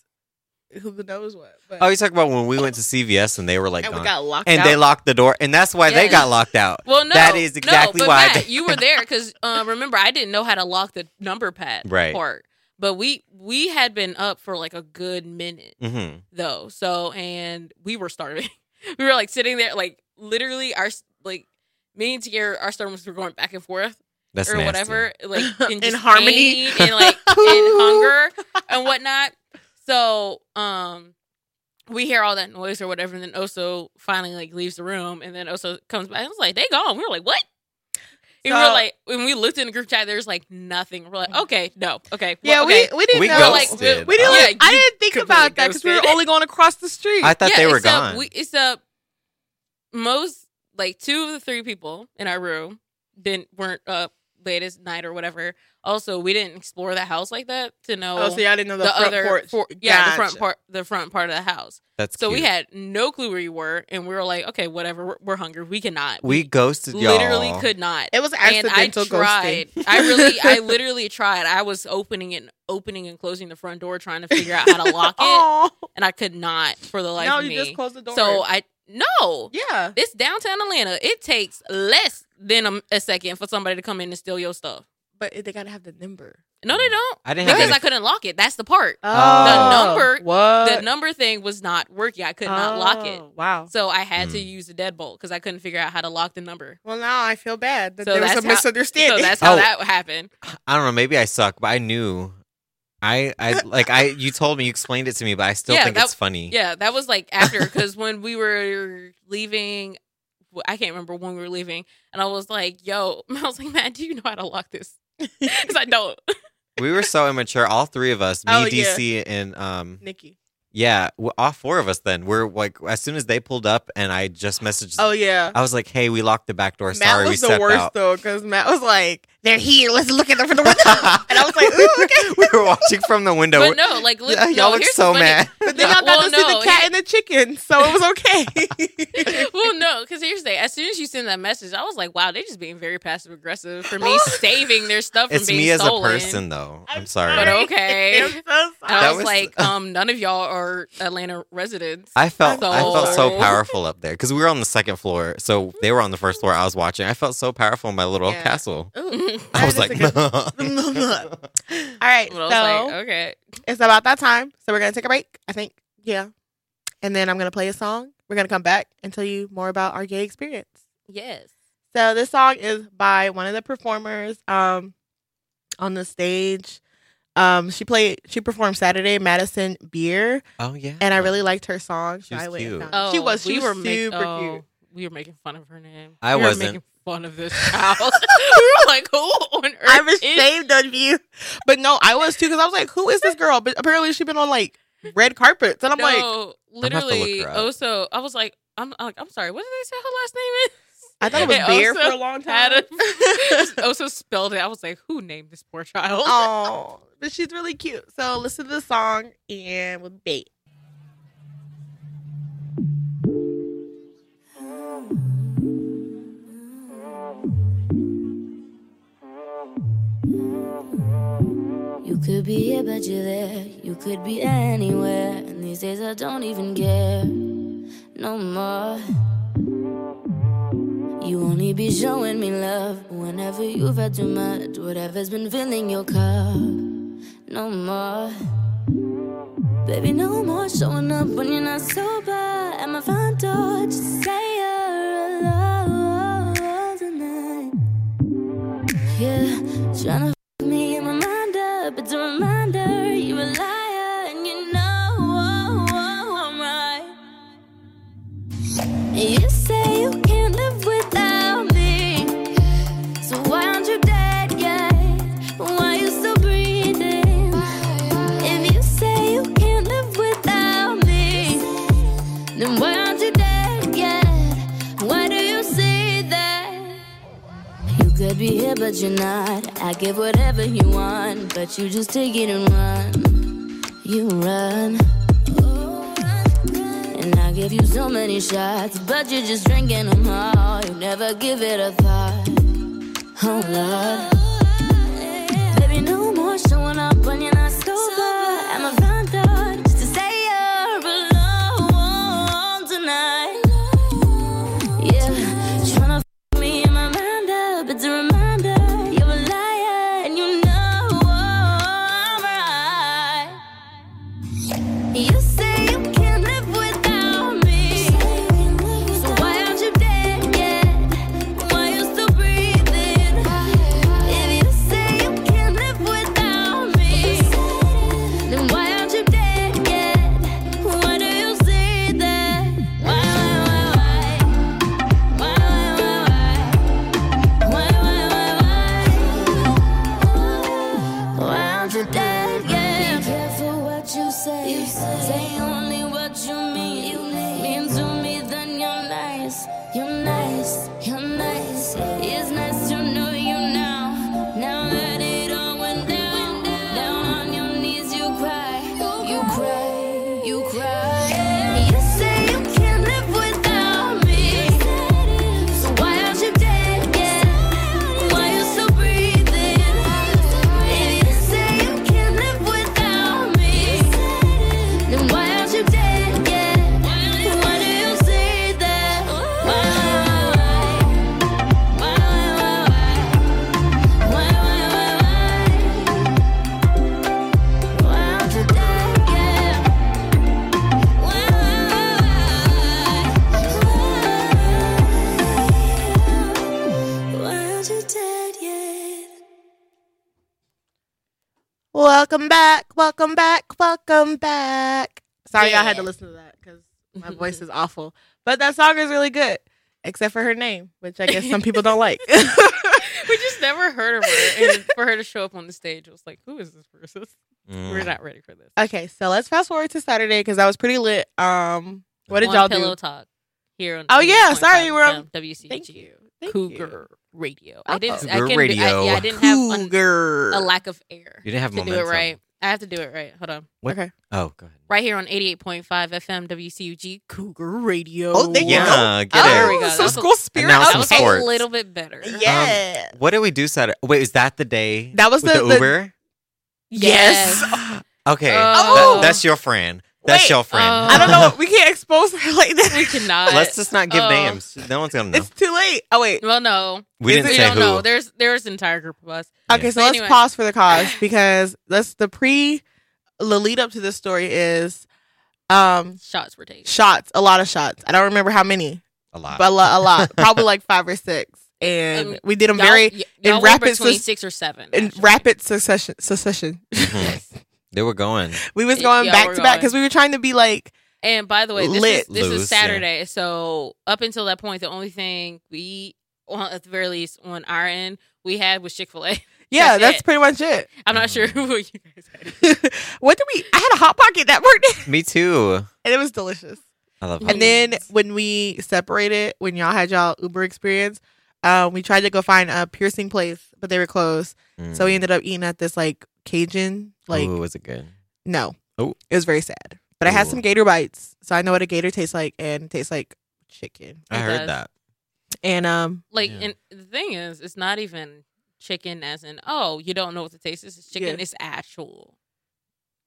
C: who knows what. But
E: Oh, you talk about when we went to CVS and they were like,
C: and we
E: gone.
C: got locked
E: and
C: out.
E: they locked the door, and that's why they
D: Yes.
E: got locked out.
D: well, no,
E: that is exactly
D: no, but
E: why
D: Matt,
E: they-
D: you were there because uh, remember I didn't know how to lock the number pad
E: Right.
D: part, but we we had been up for like a good minute.
E: hmm
D: though. So, and we were starving. we were like sitting there, like literally our like me and Tierra, our stomachs were going back and forth
E: That's
D: or
E: nasty.
D: whatever, like in,
C: In
D: just
C: harmony.
D: pain and like in hunger and whatnot. So, um. We hear all that noise or whatever, and then Oso finally like leaves the room, and then Oso comes back. and was like, "They gone." We were like, "What?" And we
C: So- Mm.
D: were like, when we looked in the group chat, there's like nothing. We're like, "Okay, no, okay,
C: yeah,
D: well, okay.
C: we we didn't
E: We
C: know.
E: ghosted.
D: Like,
C: we didn't.
D: Yeah,
C: like, I
D: you
C: didn't think
D: completely
C: about that because we were
D: ghosted.
C: only going across the street.
E: I thought they were
D: it's a-
E: gone.
D: we, it's a most like two of the three people in our room didn't weren't up late as night or whatever. Also, we didn't explore the house like that to know
C: oh, so y'all didn't know the,
D: the,
C: front
D: other
C: porch.
D: for- yeah the front
C: Gotcha.
D: part the front part of the house.
E: That's
D: So we
E: cute.
D: had no clue where you were, and we were like, okay, whatever, we're, we're hungry, we cannot.
E: we ghosted y'all.
D: literally could not.
C: It was
D: And I
C: accidental
D: tried.
C: ghosting.
D: I really, I literally tried. I was opening and opening and closing the front door, trying to figure out how to lock it,
C: Oh
D: and I could not for the life
C: no,
D: of me.
C: you just closed the door.
D: So I no,
C: yeah,
D: it's downtown Atlanta. It takes less than a, a second for somebody to come in and steal your stuff.
C: but they gotta have the number.
D: No, they don't
E: I didn't have
D: because
E: any-
D: I couldn't lock it. That's the part.
E: Oh.
D: The number-
C: What?
D: the number thing was not working. I could not lock it,
C: Uh, Oh, Wow.
D: so I had to
E: Mm.
D: use the deadbolt because I couldn't figure out how to lock the number.
C: Well, now I feel bad that
D: So
C: there was
D: that's
C: some
D: how- So
C: misunderstanding.
D: that's how
E: Oh.
D: that happened.
E: I don't know. Maybe I suck, but I knew. I, I like I you told me you explained it to me, but I still
D: Yeah,
E: think
D: that-
E: it's funny.
D: Yeah, that was like after because when we were leaving. well, I can't remember when we were leaving, and I was like, "Yo," I was like, "Man, do you know how to lock this?" Because I don't.
E: We were so immature, all three of us, me,
C: Oh, yeah.
E: DC, and um,
C: Nikki.
E: yeah, w- all four of us. Then we're like, as soon as they pulled up, and I just messaged,
C: Oh yeah.
E: I was like, hey, we locked the back door. Sorry,
C: Matt
E: we
C: was the
E: stepped
C: worst
E: out.
C: though, because Matt was like, "They're here. Let's look at them from the window." and I was like, "Ooh, okay."
E: we were watching from the window.
D: But no, like li-
E: Yeah,
D: no,
E: y'all look
D: here's
E: so
D: the funny-
E: mad.
C: But then y'all got
D: Well,
C: to see
D: no,
C: the cat and the chicken, so it was okay.
D: well, no, because here's the thing. As soon as you send that message, I was like, wow, they're just being very passive aggressive for me saving their stuff from
E: It's
D: being
E: me as
D: stolen.
E: a person, though. I'm,
C: I'm
E: sorry.
D: But okay.
C: I'm so sorry.
D: And I
E: That
D: was,
E: was-
D: like, um, none of y'all are Atlanta residents.
E: I felt I felt so
D: So-
E: powerful up there because we were on the second floor, so they were on the first floor. I was watching. I felt so powerful in my little
C: Yeah.
E: castle.
D: Ooh.
E: I was like,
C: That is All right,
D: Well, I was
C: so
D: like, okay.
C: it's about that time. So we're gonna take a break. I think, yeah, and then I'm gonna play a song. We're gonna come back and tell you more about our gay experience.
D: Yes.
C: So this song is by one of the performers um, on the stage. Um, she played, she performed Saturday Madison Beer,
E: Oh yeah.
C: and I really liked her song.
E: She
C: so
E: was
C: I went and
E: cute.
C: found-
D: Oh,
C: she was, she was super cute.
D: We were making fun of her name.
E: I
D: we
E: wasn't.
D: Were making fun of this child. we were like, who on earth?
C: I'm
D: is-
C: ashamed of you, but no, I was too because I was like, who is this girl? But apparently she's been on like red carpets, and I'm like,
D: no,
E: I'm gonna have to look
D: literally.
E: her up.
D: Also, I was like, I'm, I'm like, I'm sorry. What did they say her last name is?
C: I thought it was
D: And
C: Beer
D: also
C: for a long
D: Had
C: time.
D: a- also spelled it. I was like, who named this poor child?
C: Oh, but she's really cute. So listen to the song and with bait.
B: You could be here, but you're there. You could be anywhere. And these days I don't even care. No more. You only be showing me love whenever you've had too much. Whatever's been filling your cup. No more. Baby, no more showing up when you're not sober. At my front door, just say you're alone tonight. Yeah, trying to me in my mind up. It's a reminder you're a liar and you know oh, I'm right. You say you can't live without me. So why aren't you dead yet? Why you still breathing? If you say you can't live without me, then why aren't you dead yet? Why do you say that? You could be here, but you're not. I give whatever you want, but you just take it and run. You run. And I give you so many shots, but you're just drinking them all. You never give it a thought. Oh, Lord. Baby, no more showing up when you're not sober. I'm a front door just to say you're alone tonight. Yeah, tryna me in my mind up. It's a reminder you're a liar and you know I'm right. You say you can't live without me. So why aren't you dead yet? Why you still breathing? If you say you can't live without me, then why aren't you dead yet? Why do you say that? Why, why, why, why? Why, why, why, why? Why, why, why, why? Why aren't you dead yet? Be careful what you say. Say only what you mean. Mean to me, then you're nice. You're nice. You're nice. It's nice to know you now. Now that it all went down, down on your knees, you cry. You cry. You cry. You say you can't live without me. So why aren't you dead yet? Why you still breathing? If you say you can't live without me, then why aren't you dead yet? Why do you say that? Why, why, why, why, why, why, why, why, why, why, why aren't you dead yet?
C: Welcome back, welcome back, welcome back. Sorry, y'all had to listen to that because my voice is awful. But that song is really good, except for her name, which I guess some people don't like.
D: we just never heard of her. And for her to show up on the stage, it was like, who is this person?
E: Mm.
D: We're not ready for this.
C: Hmm. okay, so let's fast forward to Saturday because that was pretty lit. Um, what did
D: On
C: y'all
D: Pillow
C: do?
D: Talk here on
C: Oh, yeah,
D: 88.5
C: sorry, we're on-
D: FM, WCG
C: Thank you. Thank you. Oh.
D: Cougar Radio. I didn't I
E: Cougar
D: couldn't do- I,
E: Radio.
D: yeah, I didn't have an-
C: Cougar.
D: a lack of air.
E: You didn't have
D: to
E: momentum.
D: do it right. I have to do it right. Hold on.
E: What?
C: Okay.
E: Oh, go ahead.
D: Right here on 88.5 FM WCUG Cougar Radio.
C: Oh, thank you.
E: Yeah, get
D: Oh,
E: it.
D: there we go. That
C: Some
D: was a-
C: school spirit.
E: Now
D: That
E: Some
D: was Um,
C: okay.
E: sports.
D: a little bit better.
C: Yeah.
E: What did we do Saturday? Wait, is that the day?
C: That was
E: with
C: the-
E: the,
C: the-
E: Uber.
D: Yes.
E: Okay,
D: Oh.
E: That- that's your friend. That's
C: Wait,
E: your friend.
D: uh,
C: I don't know. We can't expose her like that.
D: We cannot.
E: Let's just not give
D: Oh.
E: names. No one's gonna know.
C: It's too late. Oh wait.
D: Well, no.
E: We didn't
D: we
E: say
D: don't
E: who.
D: know. There's there's an entire group of us.
C: Okay,
E: Yeah.
C: so
D: But
C: let's
D: anyway.
C: pause for the cause because that's the pre the lead up to this story is um
D: Shots were taken.
C: shots, a lot of shots. I don't remember how many,
E: a lot.
C: but a lot, a lot probably like five or six. and
D: And
C: we did them
D: Y'all-
C: very
D: y- y'all were
C: rapid
D: between
C: sus-
D: six or seven.
C: in
D: actually.
C: rapid succession. Succession.
E: Mhm. they were going.
C: We was
D: Y-
C: going
D: y'all
C: back
D: were
C: to back
D: going.
C: because we were trying to be like
D: And by the way, this
C: Lit.
D: is this
E: Loose,
D: is
E: yeah.
D: Saturday, so up until that point, the only thing we, on, at the very least, on our end, we had was Chick Fil A.
C: yeah,
D: That's
C: that's,
D: it.
C: pretty much it.
D: I'm not
E: Mm.
D: sure who you guys had.
C: what did we? I had a hot pocket that morning,
E: Me too.
C: and it was delicious.
E: I love
D: Mm.
E: it.
C: And then when we separated, when y'all had y'all Uber experience, um, we tried to go find a piercing place, but they were closed. So
D: Mm.
C: we ended up eating at this like Cajun. Like
E: Mm. Ooh, was it good?
C: no,
E: Oh.
C: it was very sad. But I had
E: Ooh.
C: some gator bites, so I know what a gator tastes like, and it tastes like chicken.
E: I
D: It
E: heard
D: does.
E: that.
C: And um,
D: Like,
E: Yeah.
D: and the thing is, it's not even chicken as in, oh, you don't know what the taste is. It's chicken.
C: Yeah.
D: It's actual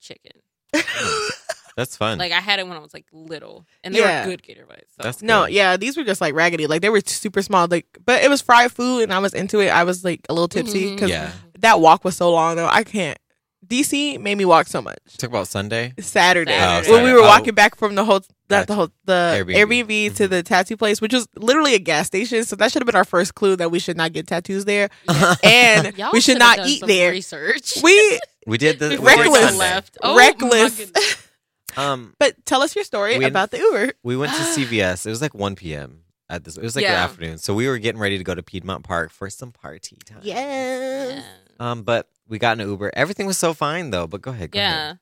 D: chicken.
E: Mm. That's fun.
D: Like I had it when I was like little, and they
C: Yeah.
D: were good gator bites. So.
E: That's
C: No,
E: good.
C: yeah, these were just like raggedy. Like they were super small. Like, but it was fried food, and I was into it. I was like a little tipsy
D: Mhm.
C: because
E: Yeah.
C: that walk was so long. Though I can't. DC made me walk so much.
E: Talk about Sunday.
C: Saturday,
D: Saturday.
E: Oh,
C: when we were
E: Saturday.
C: walking back from the whole, not the whole, the
E: Airbnb. Mm-hmm.
C: Airbnb, to the tattoo place, which was literally a gas station. So that should have been our first clue that we should not get tattoos there, and
D: Y'all
C: we should
D: should've
C: not
D: done
C: eat
D: some
C: there.
D: Research.
C: We
E: We did the we did
D: Before y'all
C: reckless.
E: Sunday.
D: left. Oh, my
C: reckless.
D: goodness.
E: Um,
C: but tell us your story
E: We-
C: about the Uber.
E: we went to CVS. It was like 1 p.m. at this. It was like the
D: Yeah.
E: afternoon. So we were getting ready to go to Piedmont Park for some party time.
C: Yes.
E: Um, but we got an Uber. Everything was so fine though. But go ahead. Go
D: Yeah.
E: Ahead.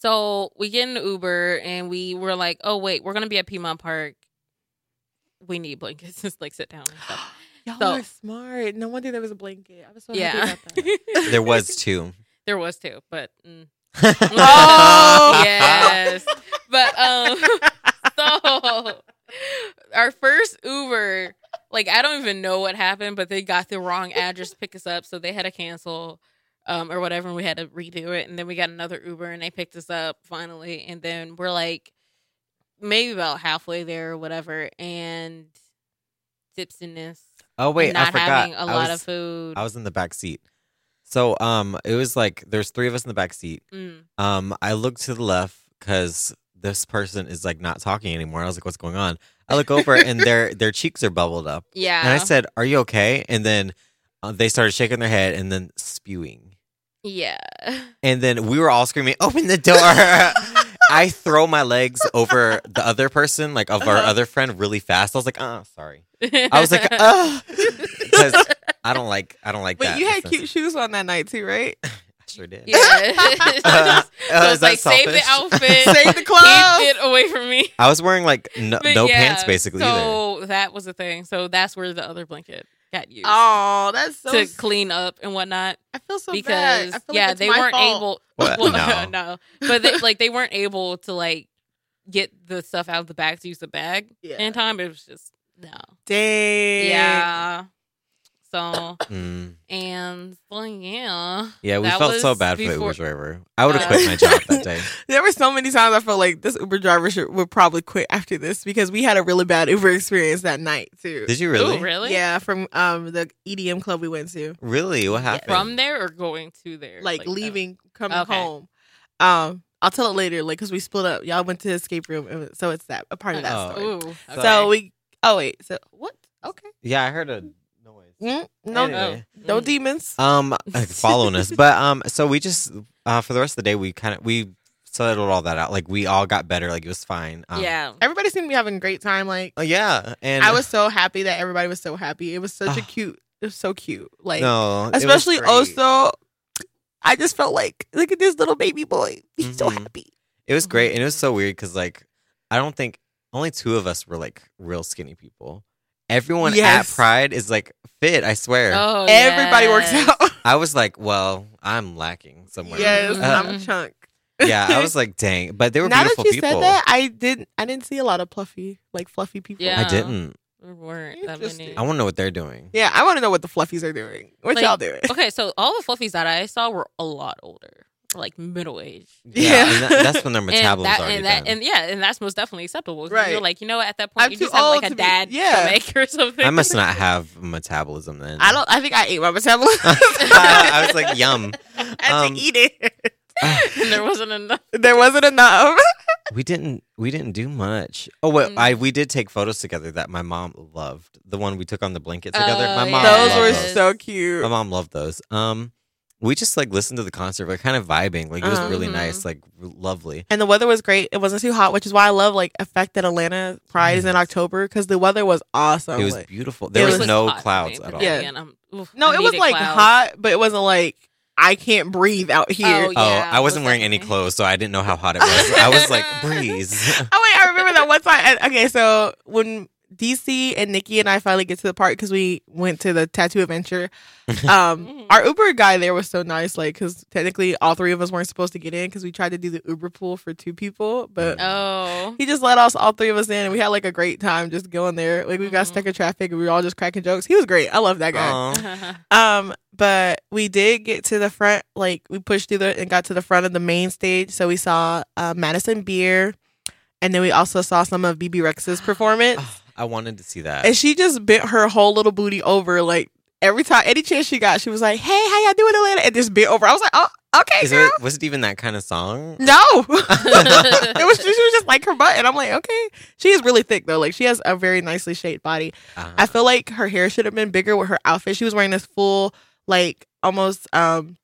D: So we get in an Uber and we were like, oh, wait, we're going to be at Piedmont Park. We need blankets. Just like sit down and stuff.
C: Y'all
D: So-
C: are smart. No wonder there was a blanket. I was so
D: yeah.
C: happy about that.
E: There was two.
D: there was two, but mm.
C: Oh.
D: yes. But um, so our first Uber, like, I don't even know what happened, but they got the wrong address to pick us up. So they had to cancel. Um, or whatever, and we had to redo it, and then we got another Uber, and they picked us up finally, and then we're like, maybe about halfway there or whatever, and tipsiness.
E: Oh wait,
D: and not
E: I forgot.
D: having a
E: I
D: lot
E: was,
D: of food.
E: I was in the back seat. So um, it was like there's three of us in the back seat.
D: Mm.
E: Um, I looked to the left because this person is like not talking anymore. I was like, what's going on? I look over and their their cheeks are bubbled up,
D: Yeah,
E: and I said, "Are you okay?" And then uh, they started shaking their head and then spewing.
D: yeah.
E: And then we were all screaming, "Open the door!" I throw my legs over the other person, like of our
C: Uh-huh.
E: other friend, really fast. I was like, "Uh, sorry." I was like, "Uh," because I don't like I don't like
C: But
E: that.
C: you had
E: That's-
C: cute shoes on that night too, right?
E: I sure did.
D: Yeah.
E: Uh,
D: so
E: uh, is
D: it's
E: that
D: like save the
E: selfish?
D: outfit,
C: Save the clothes.
D: keep it away from me.
E: I was wearing like no,
D: But
E: Uh, no
D: yeah,
E: pants basically either.
D: So that was the thing. So that's where the other blanket got used
C: Oh, that's so.
D: to clean up and whatnot
C: I feel so bad.
D: because
C: I feel
D: yeah,
C: like it's
D: they
C: my
D: weren't
C: fault.
D: able.
E: What?
D: Well,
E: No.
D: but they, like they weren't able to like get the stuff out of the bag to use the bag
C: Yeah.
D: in time. It was just no.
C: Dang.
D: Yeah. So
E: Mm.
D: and well, yeah.
E: Yeah, we
D: That
E: felt so
D: was
E: bad for the Uber
D: before-
E: driver. I would have
D: Uh,
E: quit my job that day.
C: There were so many times I felt like this Uber driver should, would probably quit after this because we had a really bad Uber experience that night too.
E: Did you really?
D: Ooh, really?
C: Yeah, from um the EDM club we went to,
E: Really? What
D: Yeah.
E: happened?
D: From there or going to there?
C: like,
D: that?
C: leaving, coming
D: oh. Okay.
C: home. Um, I'll tell it later, like because we split up. Y'all went to the escape room, and so it's that a part of that
E: Oh,
C: story.
D: Ooh.
E: So
C: So we. Oh wait. So what? Okay.
E: yeah, I heard a noise.
C: Mm, no,
D: Oh.
E: Anyway.
C: no
D: Mm.
C: demons.
E: Um, like, following us, but um, so we just uh for the rest of the day we kind of we settled all that out. Like we all got better. Like it was fine. Um,
D: yeah.
C: Everybody seemed to be having a great time. Like
E: uh, yeah, and
C: I was so happy that everybody was so happy. It was such a
E: Ah.
C: cute. It was so cute. Like
E: no, it was
C: especially
E: great.
C: also i just felt like look at this little baby boy he's so
E: Mhm.
C: happy
E: It was great,
C: Mm-hmm.
E: and it was so weird because like I don't think only two of us were like real skinny people. Everyone
C: Yes.
E: at Pride is like fit. I swear.
D: Oh,
C: everybody works
D: yes.
C: out
E: I was like, well, I'm lacking somewhere.
C: yes
E: Uh,
D: Mm-hmm.
C: i'm a chunk
E: yeah, I was like, dang, but they were
C: now that
E: beautiful
C: you
E: people.
C: said that i didn't i didn't see a lot of fluffy like fluffy people
D: Yeah.
E: I didn't.
D: There weren't that
C: Interesting.
D: many.
E: I want to know what they're doing.
C: um, yeah i want to know what the fluffies are doing what
D: Like-
C: y'all doing
D: okay, so all the fluffies that I saw were a lot older, like middle age.
C: Yeah.
E: and that- that's when their
D: And
E: metabolism's
D: that,
E: already
D: and, that,
E: done.
D: and yeah, and that's most definitely acceptable.
C: Right.
D: You're like, you know, what, at that point,
C: I'm
D: you
C: too
D: just have
C: old
D: like a
C: to be-
D: dad
C: yeah.
D: stomach or something.
E: I must not have metabolism then.
C: i don't i think i ate my metabolism
E: I was like, yum.
C: i had
E: Um, ah,
C: to eat it
D: and there wasn't enough.
C: there wasn't enough
E: we didn't we didn't do much. Oh well, I
C: Mm.
E: we did take photos together that my mom loved. The one we took on the blanket together.
D: Oh,
E: my
D: yeah.
E: mom
C: Those
E: loved
C: were
E: those.
C: so cute.
E: My mom loved those. Um, we just like listened to the concert, but kind of vibing. Like it was
C: Uh-huh.
E: really
D: Mhm.
E: nice, like r- lovely.
C: and the weather was great. It wasn't too hot, which is why I love like effect that Atlanta Pride is in October because the weather was awesome.
E: Mm-hmm. It was
C: Like-
E: beautiful. There
C: It
E: was,
C: was
E: no
D: hot for
E: clouds
D: me,
E: at
D: but
E: all.
C: Yeah.
D: again, I'm- oof,
C: no,
D: I
C: it was
D: needed
C: like
D: clouds.
C: hot, but it wasn't like I can't breathe out here.
D: Oh,
E: Oh,
D: Yeah,
E: I wasn't
D: most
E: wearing any
D: definitely.
E: clothes, so I didn't know how hot it was. I was like, breeze.
C: Oh wait, I remember that one time. and- Okay, so when DC and Nikki and I finally get to the park because we went to the tattoo adventure,
D: Mm-hmm.
C: um, our Uber guy there was so nice. Like, because technically all three of us weren't supposed to get in because we tried to do the Uber pool for two people, but
D: Oh,
C: he just let us all three of us in, and we had like a great time just going there. Like, we got
D: Mhm.
E: Mm-hmm.
C: stuck in traffic, and we were all just cracking jokes. He was great. I love that guy.
E: Aw.
C: Um, but we did get to the front, like we pushed through the and got to the front of the main stage. So we saw uh, Madison Beer, and then we also saw some of BB Rex's performance.
E: Oh, I wanted to see that.
C: and she just bent her whole little booty over, like every time, any chance she got, she was like, "Hey, how y'all doing, Atlanta?" And just bent over. I was like, "Oh, okay,
E: Is
C: girl."
E: it, was it even that kind of song?
C: No, it was. She was just like her butt, and I'm like, okay. She is really thick though. Like she has a very nicely shaped body.
E: Uh,
C: I feel like her hair should have been bigger with her outfit. She was wearing this full, like almost um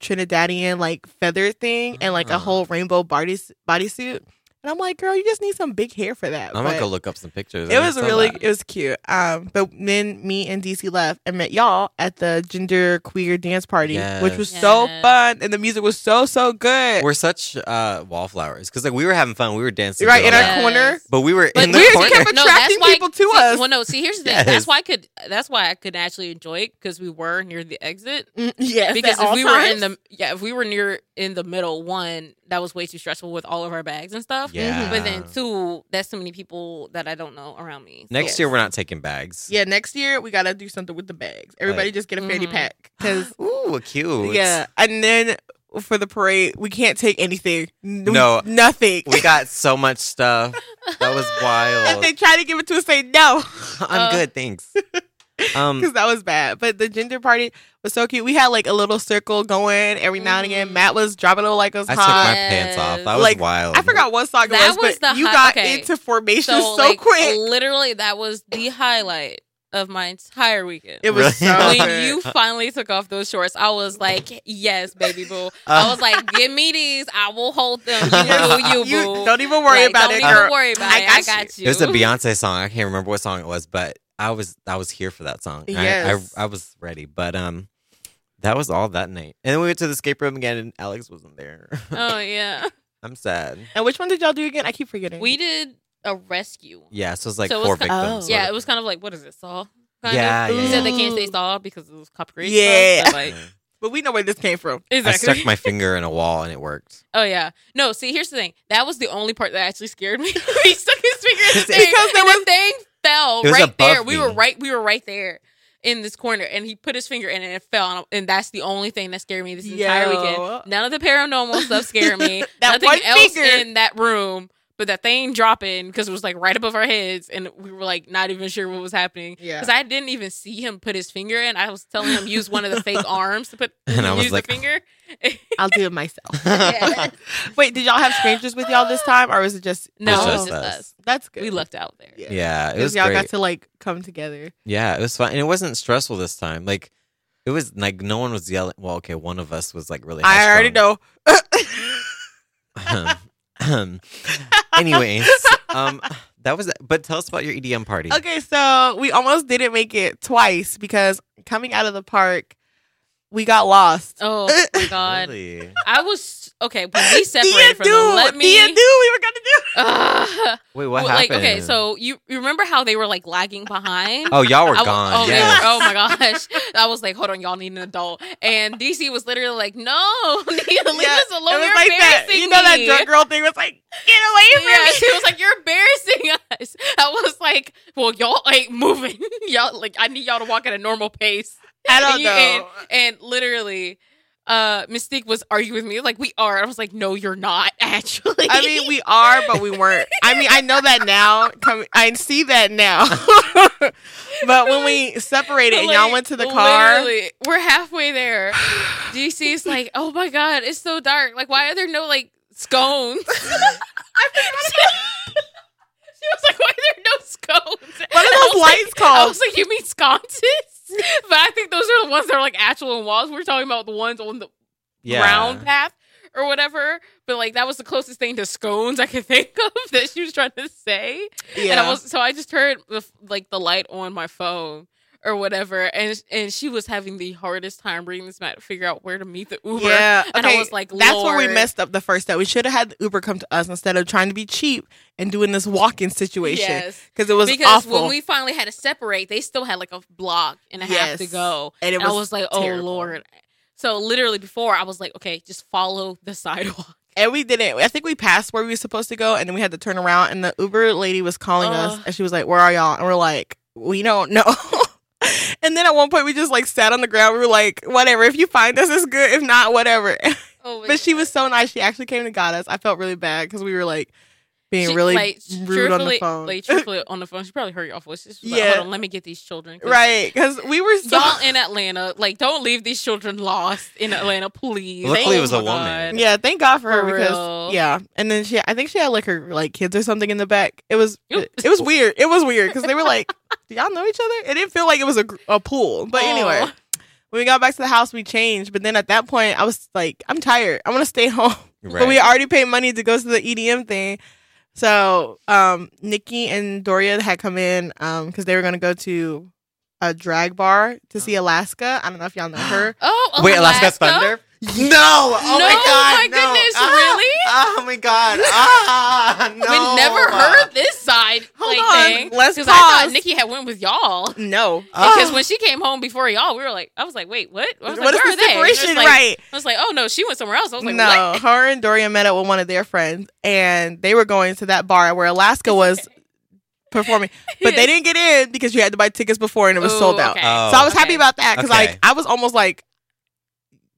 C: Trinidadian like feather thing and like a
E: Ah.
C: whole rainbow body bodysuit. And I'm like, girl, you just need some big hair for that.
E: I'm
C: But
E: gonna go look up some pictures. I
C: It was
E: saw
C: really
E: that.
C: it was cute. Um, but then me and DC left and met y'all at the gender queer dance party, which was
D: Yes.
C: so
D: Yes.
C: fun and the music was so so good.
E: We're such uh, wallflowers because like we were having fun, we were dancing,
C: right in
E: doing
C: our
E: all that,
D: Yes.
C: corner.
E: but we were
D: But
E: in the
C: we just
E: corner.
C: kept attracting
D: that's why-
C: people to
D: see,
C: us.
D: Well, no, see, here's the thing.
E: Yes.
D: That's why I could. That's why I could actually enjoy it because we were near the exit.
C: Mm, yes,
D: because
C: at
D: if
C: all
D: we were
C: times.
D: in the yeah, if we were near in the middle, one that was way too stressful with all of our bags and stuff.
C: Mm-hmm.
E: yeah.
D: But then two, that's too many people that I don't know around me.
E: next
C: Yes.
E: year we're not taking bags.
C: Yeah, next year we gotta do something with the bags. Everybody
E: Like-
C: just get a fanny
D: Mhm.
C: pack because
E: Ooh, cute.
C: yeah, and then for the parade we can't take anything. N-
E: No.
C: nothing.
E: we got so much stuff. That was
C: if
E: wild.
C: they try to give it to us, say no
E: I'm
D: Oh.
E: good, thanks.
C: because
E: Um,
C: that was bad. But the gender party was so cute. We had like a little circle going every now and again.
D: Mhm.
C: Matt was dropping low like it was
E: I took my
C: hot.
E: pants off. That was
C: Like,
E: wild.
C: I forgot what song it
D: That
C: was,
D: was
C: but
D: the
C: you
D: hi-
C: got
D: okay.
C: into formation so,
D: like,
C: quick.
D: Literally, that was the highlight of my entire weekend.
C: It was
E: Really?
C: so
D: when
C: good.
D: you finally took off those shorts, I was like, "Yes, baby boo."
E: Uh,
D: I was like, "Give me these. I will hold them. You boo, you
C: You-
D: boo."
C: don't even worry
D: Like,
C: about
D: don't
C: it,
D: even
C: girl.
D: worry about
C: I
D: it.
C: got
D: I got you.
E: It was a Beyonce song. I can't remember what song it was, but I was I was here for that song. I-
C: Yes.
E: I, I, was ready. But um that was all that night. And then we went to the escape room again and Alex wasn't there.
C: Uh.
D: Oh yeah,
E: I'm sad.
C: and which one did y'all do again? I keep forgetting.
D: we did a rescue.
E: Yeah, so it's like
D: So it was
E: four
D: ki-
C: Oh.
E: victims. sort
D: Yeah,
E: of.
D: it was kind of like what is it, Saul? Kind
E: yeah,
D: Of.
E: yeah,
D: He
E: yeah.
D: said they can't say
C: Ooh.
D: Saul because it was copyright.
C: Yeah.
D: like,
E: Yeah.
C: but we know where this came from.
E: I
D: exactly.
E: stuck my finger in a wall and it worked.
D: Oh yeah. No, see, here's the thing. That was the only part that actually scared me. he stuck his finger in the
E: Because
D: thing,
C: there
D: and
C: was-
D: the thing fell
E: It was
D: right there.
E: above
D: We were
E: me.
D: right. We were right there in this corner, and he put his finger in, it and it fell. And that's the only thing that scared me this entire
C: Yo.
D: weekend. None of the paranormal stuff scared me.
C: That
D: Nothing
C: one
D: else
C: finger.
D: in that room. But that thing dropping because it was like right above our heads, and we were like not even sure what was happening.
C: Yeah.
D: because I didn't even see him put his finger in. I was telling him use one of the fake arms to put
E: And I was
D: use
E: like-
D: the finger.
C: I'll do it myself.
D: Yeah.
C: Wait, did y'all have strangers with y'all this time, or was it just
D: No,
E: It's
D: it
E: just
D: was just
E: us.
D: us.
C: That's good.
D: We lucked out there.
C: Yeah.
E: Yeah, it
C: because
E: was
C: y'all
E: great.
C: got to like come together.
E: yeah, it was fun, and it wasn't stressful this time. Like it was like no one was yelling. Well, okay, one of us was like really.
C: I already know.
E: know. Anyways, um, that was. But tell us about your EDM party.
C: okay, so we almost didn't make it twice because coming out of the park, we got lost.
D: Oh my god.
E: Really?
D: I was okay, when
C: Thea
D: we separated from
C: do,
D: them. Let
C: Thea
D: me
C: do, we were gonna do.
D: Ugh.
E: Wait, what
D: Well, like
E: happened?
D: okay, so you, you remember how they were like lagging behind?
E: oh, y'all were
D: I was-
E: gone.
D: Oh, they
E: yes.
D: were- oh my gosh. I was like, hold on, y'all need an adult. And DC was literally like, No, Nia, leave
C: Yeah,
D: us alone.
C: it was
D: Oh, You're
C: like that.
D: embarrassing
C: You know that
D: me."
C: drunk girl thing was like, get away from
D: Yeah,
C: me.
D: she was like, You're embarrassing us. I was like, Well, y'all ain't moving. y'all like I need y'all to walk at a normal pace.
C: I don't
D: and, you- and-
C: know.
D: and literally, uh, Mystique was arguing with me like we are. I was like, no, you're not actually.
C: I mean, we are, but we weren't. I mean, I know that now. Come, I see that now. but when we separated and y'all
D: Like,
C: went to the car,
D: literally, we're halfway there. DC's like, oh my god, it's so dark. Like, why are there no like scones. she was like, "Why are there no scones?"
C: What
D: And I
C: are
D: was
C: those lights
D: like- I
C: called?
D: was like, "You mean sconces?" But I think those are the ones that are like actual on walls. We're talking about the ones on the round path or whatever. But like that was the closest thing to scones I could think of that she was trying to say. And I was so I just heard the, f- like the light on my phone or whatever, and and she was having the hardest time reading this map to figure out where to meet the Uber.
C: Yeah.
D: And I
C: okay,
D: was like,
C: that's where we
D: Lord.
C: messed up the first step. We should have had the Uber come to us instead of trying to be cheap and doing this walk-in situation
D: Yes.
C: because it was
D: Because
C: awful.
D: when we finally had to separate, they still had like a block and a half to
C: Yes.
D: go.
C: and it
D: And
C: was,
D: I was like, oh
C: terrible.
D: Lord. So literally before I was like, okay, just follow the sidewalk.
C: and we didn't. I think we passed where we were supposed to go, and then we had to turn around. And the Uber lady was calling us,
D: Ugh.
C: and she was like, "Where are y'all?" And we're like, "We don't know." and then at one point, we just like sat on the ground. We were like, "Whatever. If you find us, it's good. If not, whatever."
D: Oh,
C: but she was so nice. She actually came and got us. I felt really bad because we were like being
D: She-
C: really
D: like,
C: rude on the
D: truthfully-
C: phone,
D: Like truthfully on the phone, she probably heard y'all voice. She's like,
C: Yeah.
D: hold on, let me get these children. 'cause
C: right? Because we were so.
D: Y'all in Atlanta, like don't leave these children lost in Atlanta, please.
E: Luckily, it
D: Oh
E: was a
D: my
E: woman.
D: God.
C: Yeah, thank God for,
D: For
C: her because
D: real.
C: yeah, and then she I think she had like her like kids or something in the back. It was
D: Oop.
C: it, was weird. It was weird because they were like, do y'all know each other? It didn't feel like it was a, gr- a pool. But anyway,
D: Oh.
C: when we got back to the house, we changed. But then at that point, I was like, I'm tired. I want to stay home. But we
E: Right.
C: already paid money to go to the EDM thing. So um, Nikki and Doria had come in because they were gonna go to a drag bar to see Alaska. I don't know if y'all know her.
D: Oh,
E: Wait, Alaska's Thunder?
C: No! Oh
D: No, my goodness,
C: Ah,
D: really?
E: Oh my god. Ah, no.
D: We never heard this side.
C: Hold
D: like,
C: on,
D: thing,
C: let's
D: 'cause I
C: pause.
D: thought Nikki had went with y'all
C: No. Oh.
D: because
E: Ah.
D: when she came home before y'all, we were like, I was like, wait, what? I was like,
C: What is
D: where are
C: the
D: they? And it was
C: separation?
D: like-
C: right.
D: I was like, oh no, she went somewhere else. I was like,
C: no,
D: what?
C: her and Doria met up with one of their friends, and they were going to that bar where Alaska was performing, but they didn't get in because you had to buy tickets before and it was
D: Ooh,
C: sold out.
D: okay.
E: Oh.
C: So I was
D: Okay.
C: happy about that because
E: Okay.
C: like I was almost like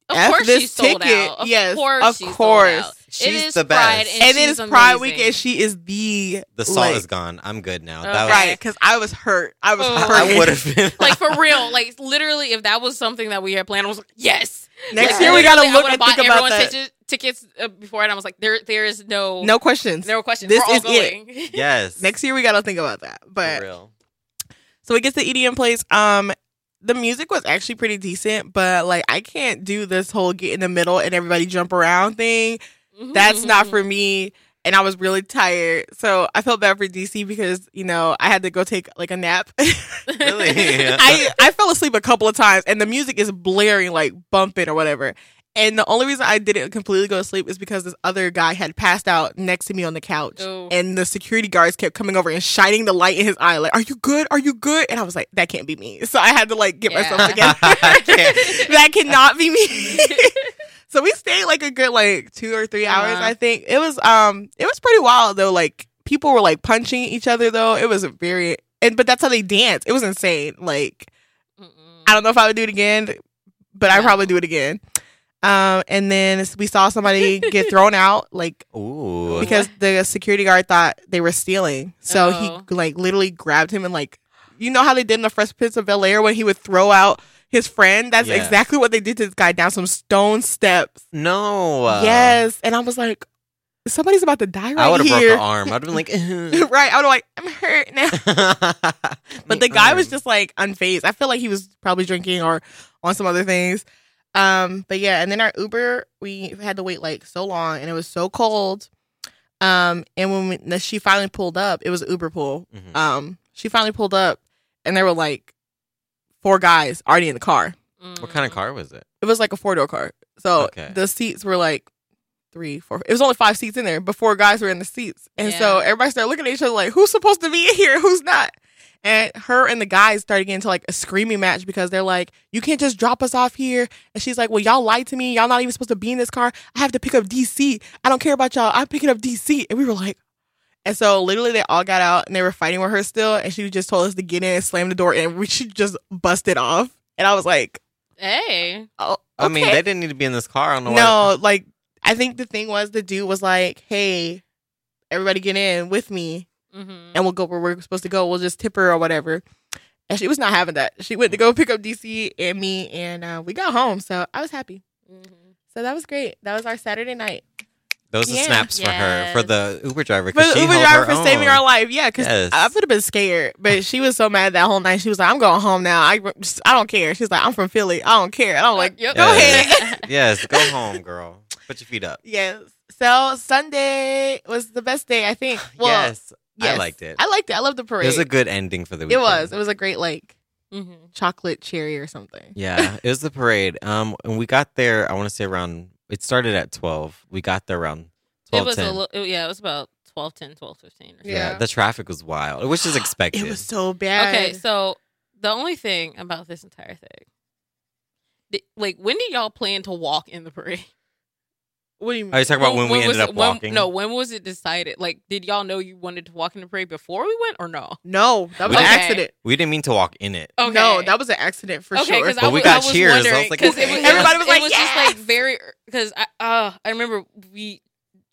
D: Of
C: F
D: course,
C: this
D: she sold
C: ticket.
D: out. Of
C: Yes,
D: course,
C: of
D: she sold
C: course.
D: out.
E: She's
D: it is
E: the
D: Pride,
E: best.
D: and,
C: and it
D: she's
C: is Pride
D: amazing.
C: Weekend. She is the
E: The salt
C: like,
E: is gone. I'm good now.
D: Okay.
E: That was,
C: right because I was hurt. I was
D: Oh.
E: I-
C: hurt.
E: I would have been
D: like for real, like literally, if that was something that we had planned, I was like, yes.
C: next
D: Like,
C: year we gotta
D: literally,
C: look
D: I
C: and
D: would've
C: think
D: bought
C: about
D: everyone
C: that.
D: tickets, tickets uh, before, and I was like, there, there is no,
C: no questions.
D: there were questions.
C: This
D: we're all
C: is it.
D: going.
E: yes.
C: Next year we gotta think about that.
E: For
C: But
E: real.
C: So we get to EDM place. Um, the music was actually pretty decent, but like I can't do this whole get in the middle and everybody jump around thing. That's not for me. And I was really tired, so I felt bad for DC because you know I had to go take like a nap.
E: Really? Yeah.
C: I I fell asleep a couple of times, and the music is blaring like bumping or whatever. And the only reason I didn't completely go to sleep is because this other guy had passed out next to me on the couch
D: Oh.
C: and the security guards kept coming over and shining the light in his eye, like, "Are you good? Are you good?" And I was like, "That can't be me." So I had to like get
D: Yeah.
C: myself together.
E: I can't.
C: that cannot be me. so we stayed like a good like two or 3 hours.
D: Uh-huh.
C: I think it was um it was pretty wild though. Like people were like punching each other though. It was a very and but that's how they dance. It was insane. Like
D: Mm-mm.
C: I don't know if I would do it again, but I
D: No.
C: probably do it again. Um, and then we saw somebody get thrown out, like
E: Ooh.
C: because the security guard thought they were stealing. So
D: Oh.
C: he like literally grabbed him and like you know how they did in the Fresh Prince of Bel Air when he would throw out his friend. That's
E: Yes.
C: exactly what they did to this guy down some stone steps.
E: no.
C: yes, and I was like, somebody's about to die right
E: I would have broke
C: here.
E: her arm. I'd have been like,
C: right, I was like, I'm hurt now.
E: but
C: But the guy was just like unfazed. I feel like he was probably drinking or on some other things. Um, but yeah, and then our Uber, we had to wait like so long, and it was so cold. Um, and when we, when she finally pulled up, it was an Uber pool.
E: Mm. Mm-hmm.
C: Um, she finally pulled up, and there were like four guys already in the car.
E: What kind of car was it?
C: It was like a four door car, so
E: Okay.
C: the seats were like three, four. It was only five seats in there, but four guys were in the seats, and so
D: Yeah.
C: everybody started looking at each other like, "Who's supposed to be in here? Who's not?" And her and the guys started getting into like a screaming match because they're like, "You can't just drop us off here." And she's like, "Well, y'all lied to me. Y'all not even supposed to be in this car. I have to pick up DC. I don't care about y'all. I'm picking up DC." And we were like. And so literally they all got out and they were fighting with her still and she just told us to get in and slam the door and we she just busted off. And I was like,
D: Hey,
C: Oh
E: I mean,
C: okay."
E: they didn't need to be in this car. I don't know why.
C: No, like I think the thing was the dude was like, "Hey, everybody get in with me,
D: Mhm.
C: and we'll go where we're supposed to go. We'll just tip her or whatever." And she was not having that. She went to go pick up DC and me, and uh, we got home. So I was happy.
D: Mhm.
C: So that was great. That was our Saturday night.
E: Those
C: Yeah.
E: are snaps for her, for the Uber driver.
C: For
E: 'cause
C: the
E: she
C: Uber
E: held
C: driver
E: her
C: for saving
E: own.
C: our life. Yeah, because
E: Yes.
C: I would have been scared, but she was so mad that whole night. She was like, "I'm going home now. I I don't care." She's like, "I'm from Philly. I don't care." And I'm like,
D: Yep.
C: "Go
E: Yes.
C: ahead."
E: Yes, go home, girl. Put your feet up.
C: yes. So Sunday was the best day, I think. Well,
E: yes, I
C: yes.
E: liked it.
C: I liked it. I loved the parade.
E: It was a good ending for the
C: It
E: weekend.
C: was. It was a great like
D: Mhm.
C: chocolate cherry or something.
E: Yeah, it was the parade. Um, and we got there. I want to say around. It started at twelve. We got there around
D: It
E: twelve
D: was a
E: ten.
D: little, yeah, it was about 12, 10, 12, 15 or something.
E: Yeah,
C: Yeah.
E: the traffic was wild, which is expected.
C: It was so bad.
D: Okay, so the only thing about this entire thing, Di- like, when did y'all plan to walk in the parade?
C: what do you mean?
E: Are you talking about when, we
D: was
E: ended
D: it-
E: up
D: when-
E: walking?
D: no, when was it decided? Like, did y'all know you wanted to walk in the parade before we went or no?
C: no, that was
E: We
C: an
D: didn't-
C: accident.
E: we didn't mean to walk in it.
D: Okay.
C: No, that was an accident for
D: okay,
C: sure.
D: because
E: But
D: I,
E: we
D: was-
E: got
D: I was
E: cheers. I was
D: wondering,
E: like,
D: 'cause it
E: okay.
D: was,
C: Everybody was
D: it
C: like,
D: was just like
C: "Yes!"
D: very because I uh, I remember we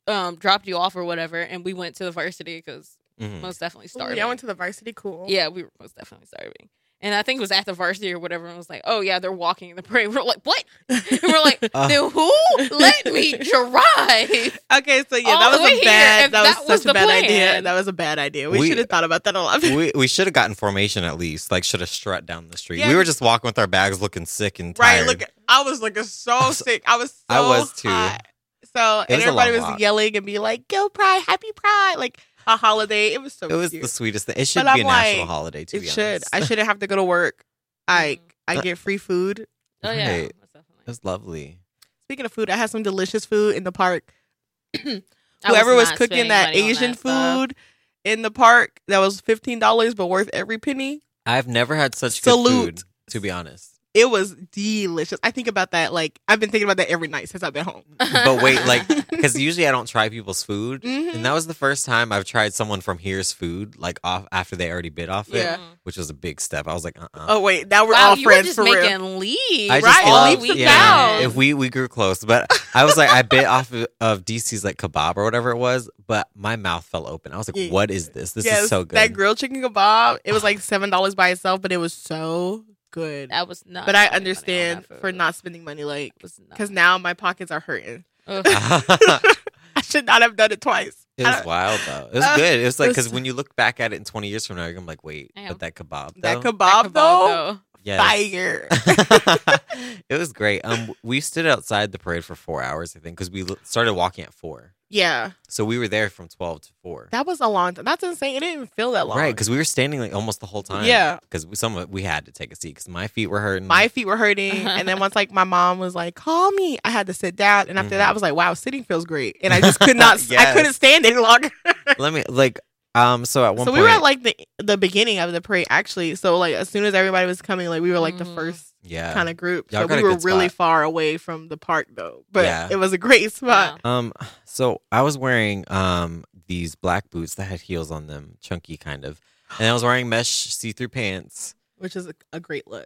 D: um dropped you off or whatever, and we went to the varsity because
E: Mhm.
D: most definitely started.
C: Yeah, I went to the varsity cool.
D: Yeah, we were most definitely starving. And I think it was at the varsity or whatever. And it was like, oh, yeah, they're walking in the parade. We're like, what? And we're like,
E: Uh.
D: then who let me drive?
C: Okay, so yeah,
D: All
C: that
D: the
C: was
D: way
C: a
D: here,
C: bad. That was
D: if that
C: such
D: was
C: a
D: the
C: bad
D: plan.
C: idea. That was a bad idea. We,
E: We-
C: should have thought about that a lot.
E: we we should have gotten formation at least. Like should have strut down the street.
C: Yeah.
E: We were just walking with our bags, looking sick and
C: right?
E: tired.
C: Look, I was looking
E: I
C: so
E: was-
C: sick. I was. So
E: I was too.
C: hot. So and
E: was a
C: everybody
E: long
C: was
E: walk.
C: yelling and be like, "Go Pride, Happy Pride!" Like a holiday. It was so.
E: it was
C: cute.
E: the sweetest thing. It should
C: But
E: be
C: I'm
E: a
C: like,
E: national holiday. To
C: It
E: be
C: should.
E: honest, Mm.
C: I shouldn't have to go to work. I I get free food.
D: Oh, yeah.
E: Right.
D: most definitely.
E: It was lovely.
C: Speaking of food, I had some delicious food in the park.
D: I
C: Whoever was
D: not
C: cooking
D: spending
C: that
D: money on
C: Asian
D: that stuff.
C: food in the park that was fifteen dollars but worth every penny.
E: I've never had such
C: Salute.
E: good food. To be honest,
C: It was delicious. I think about that like I've been thinking about that every night since I've been home.
E: but wait, like because usually I don't try people's food,
C: Mhm.
E: and that was the first time I've tried someone from here's food like off after they already bit off it,
C: Yeah.
E: which was a big step. I was like, uh, uh
C: Oh wait, now we're
D: Wow,
C: all
D: you
C: friends
D: were just
C: for real.
D: making leaves.
E: I just
C: right,
E: love,
C: leaps and
E: yeah.
C: bounds.
E: If we we grew close, but I was like, I bit off of, of DC's like kebab or whatever it was, but my mouth fell open. I was like,
C: Yeah.
E: what is this? This
C: Yes,
E: is so good.
C: That grilled chicken kebab, it was like seven dollars by itself, but it was so good.
D: That was not.
C: But I
D: spending money on
C: understand
D: that
C: for
D: food.
C: not spending money, like
D: It was not.
C: because now my pockets are hurting.
D: Ugh.
E: it
C: I should not have done it twice. I
E: was
C: don't-
E: wild though. It was
C: Uh,
E: good. It was like
C: it was-
E: because when you look back at it in twenty years from now, you're gonna be like, wait,
D: Damn.
E: but that
C: That
E: kebab, though?
C: kebab,
D: That kebab,
C: though,
D: though.
E: Yes.
C: fire.
E: it was great. Um, we stood outside the parade for four hours, I think, because we l- started walking at four,
C: yeah,
E: so we were there from twelve to four.
C: that was a long time. That's insane. It didn't even feel that long.
E: Right, because we were standing like almost the whole time.
C: Yeah.
E: because some of we had to take a seat because my feet were hurting.
C: my feet were hurting, and then once like my mom was like, "Call me," I had to sit down, and after that, I was like, "Wow, sitting feels great," and I just could not. I
E: Mm-hmm. Yes.
C: couldn't stand any longer.
E: let me like um. So at
C: so
E: one
C: we
E: point,
C: were at like the the beginning of the parade actually. So like as soon as everybody was coming, like we were like the
D: Mhm.
C: first
E: yeah,
C: kind of group.
E: Y'all
C: So
E: got
C: we
E: a
C: were
E: good
C: really
E: spot.
C: far away from the park though, but
E: Yeah.
C: it was a great spot.
E: Um, so I was wearing um these black boots that had heels on them, chunky kind of, and I was wearing mesh see-through pants.
C: Which is a, a great look.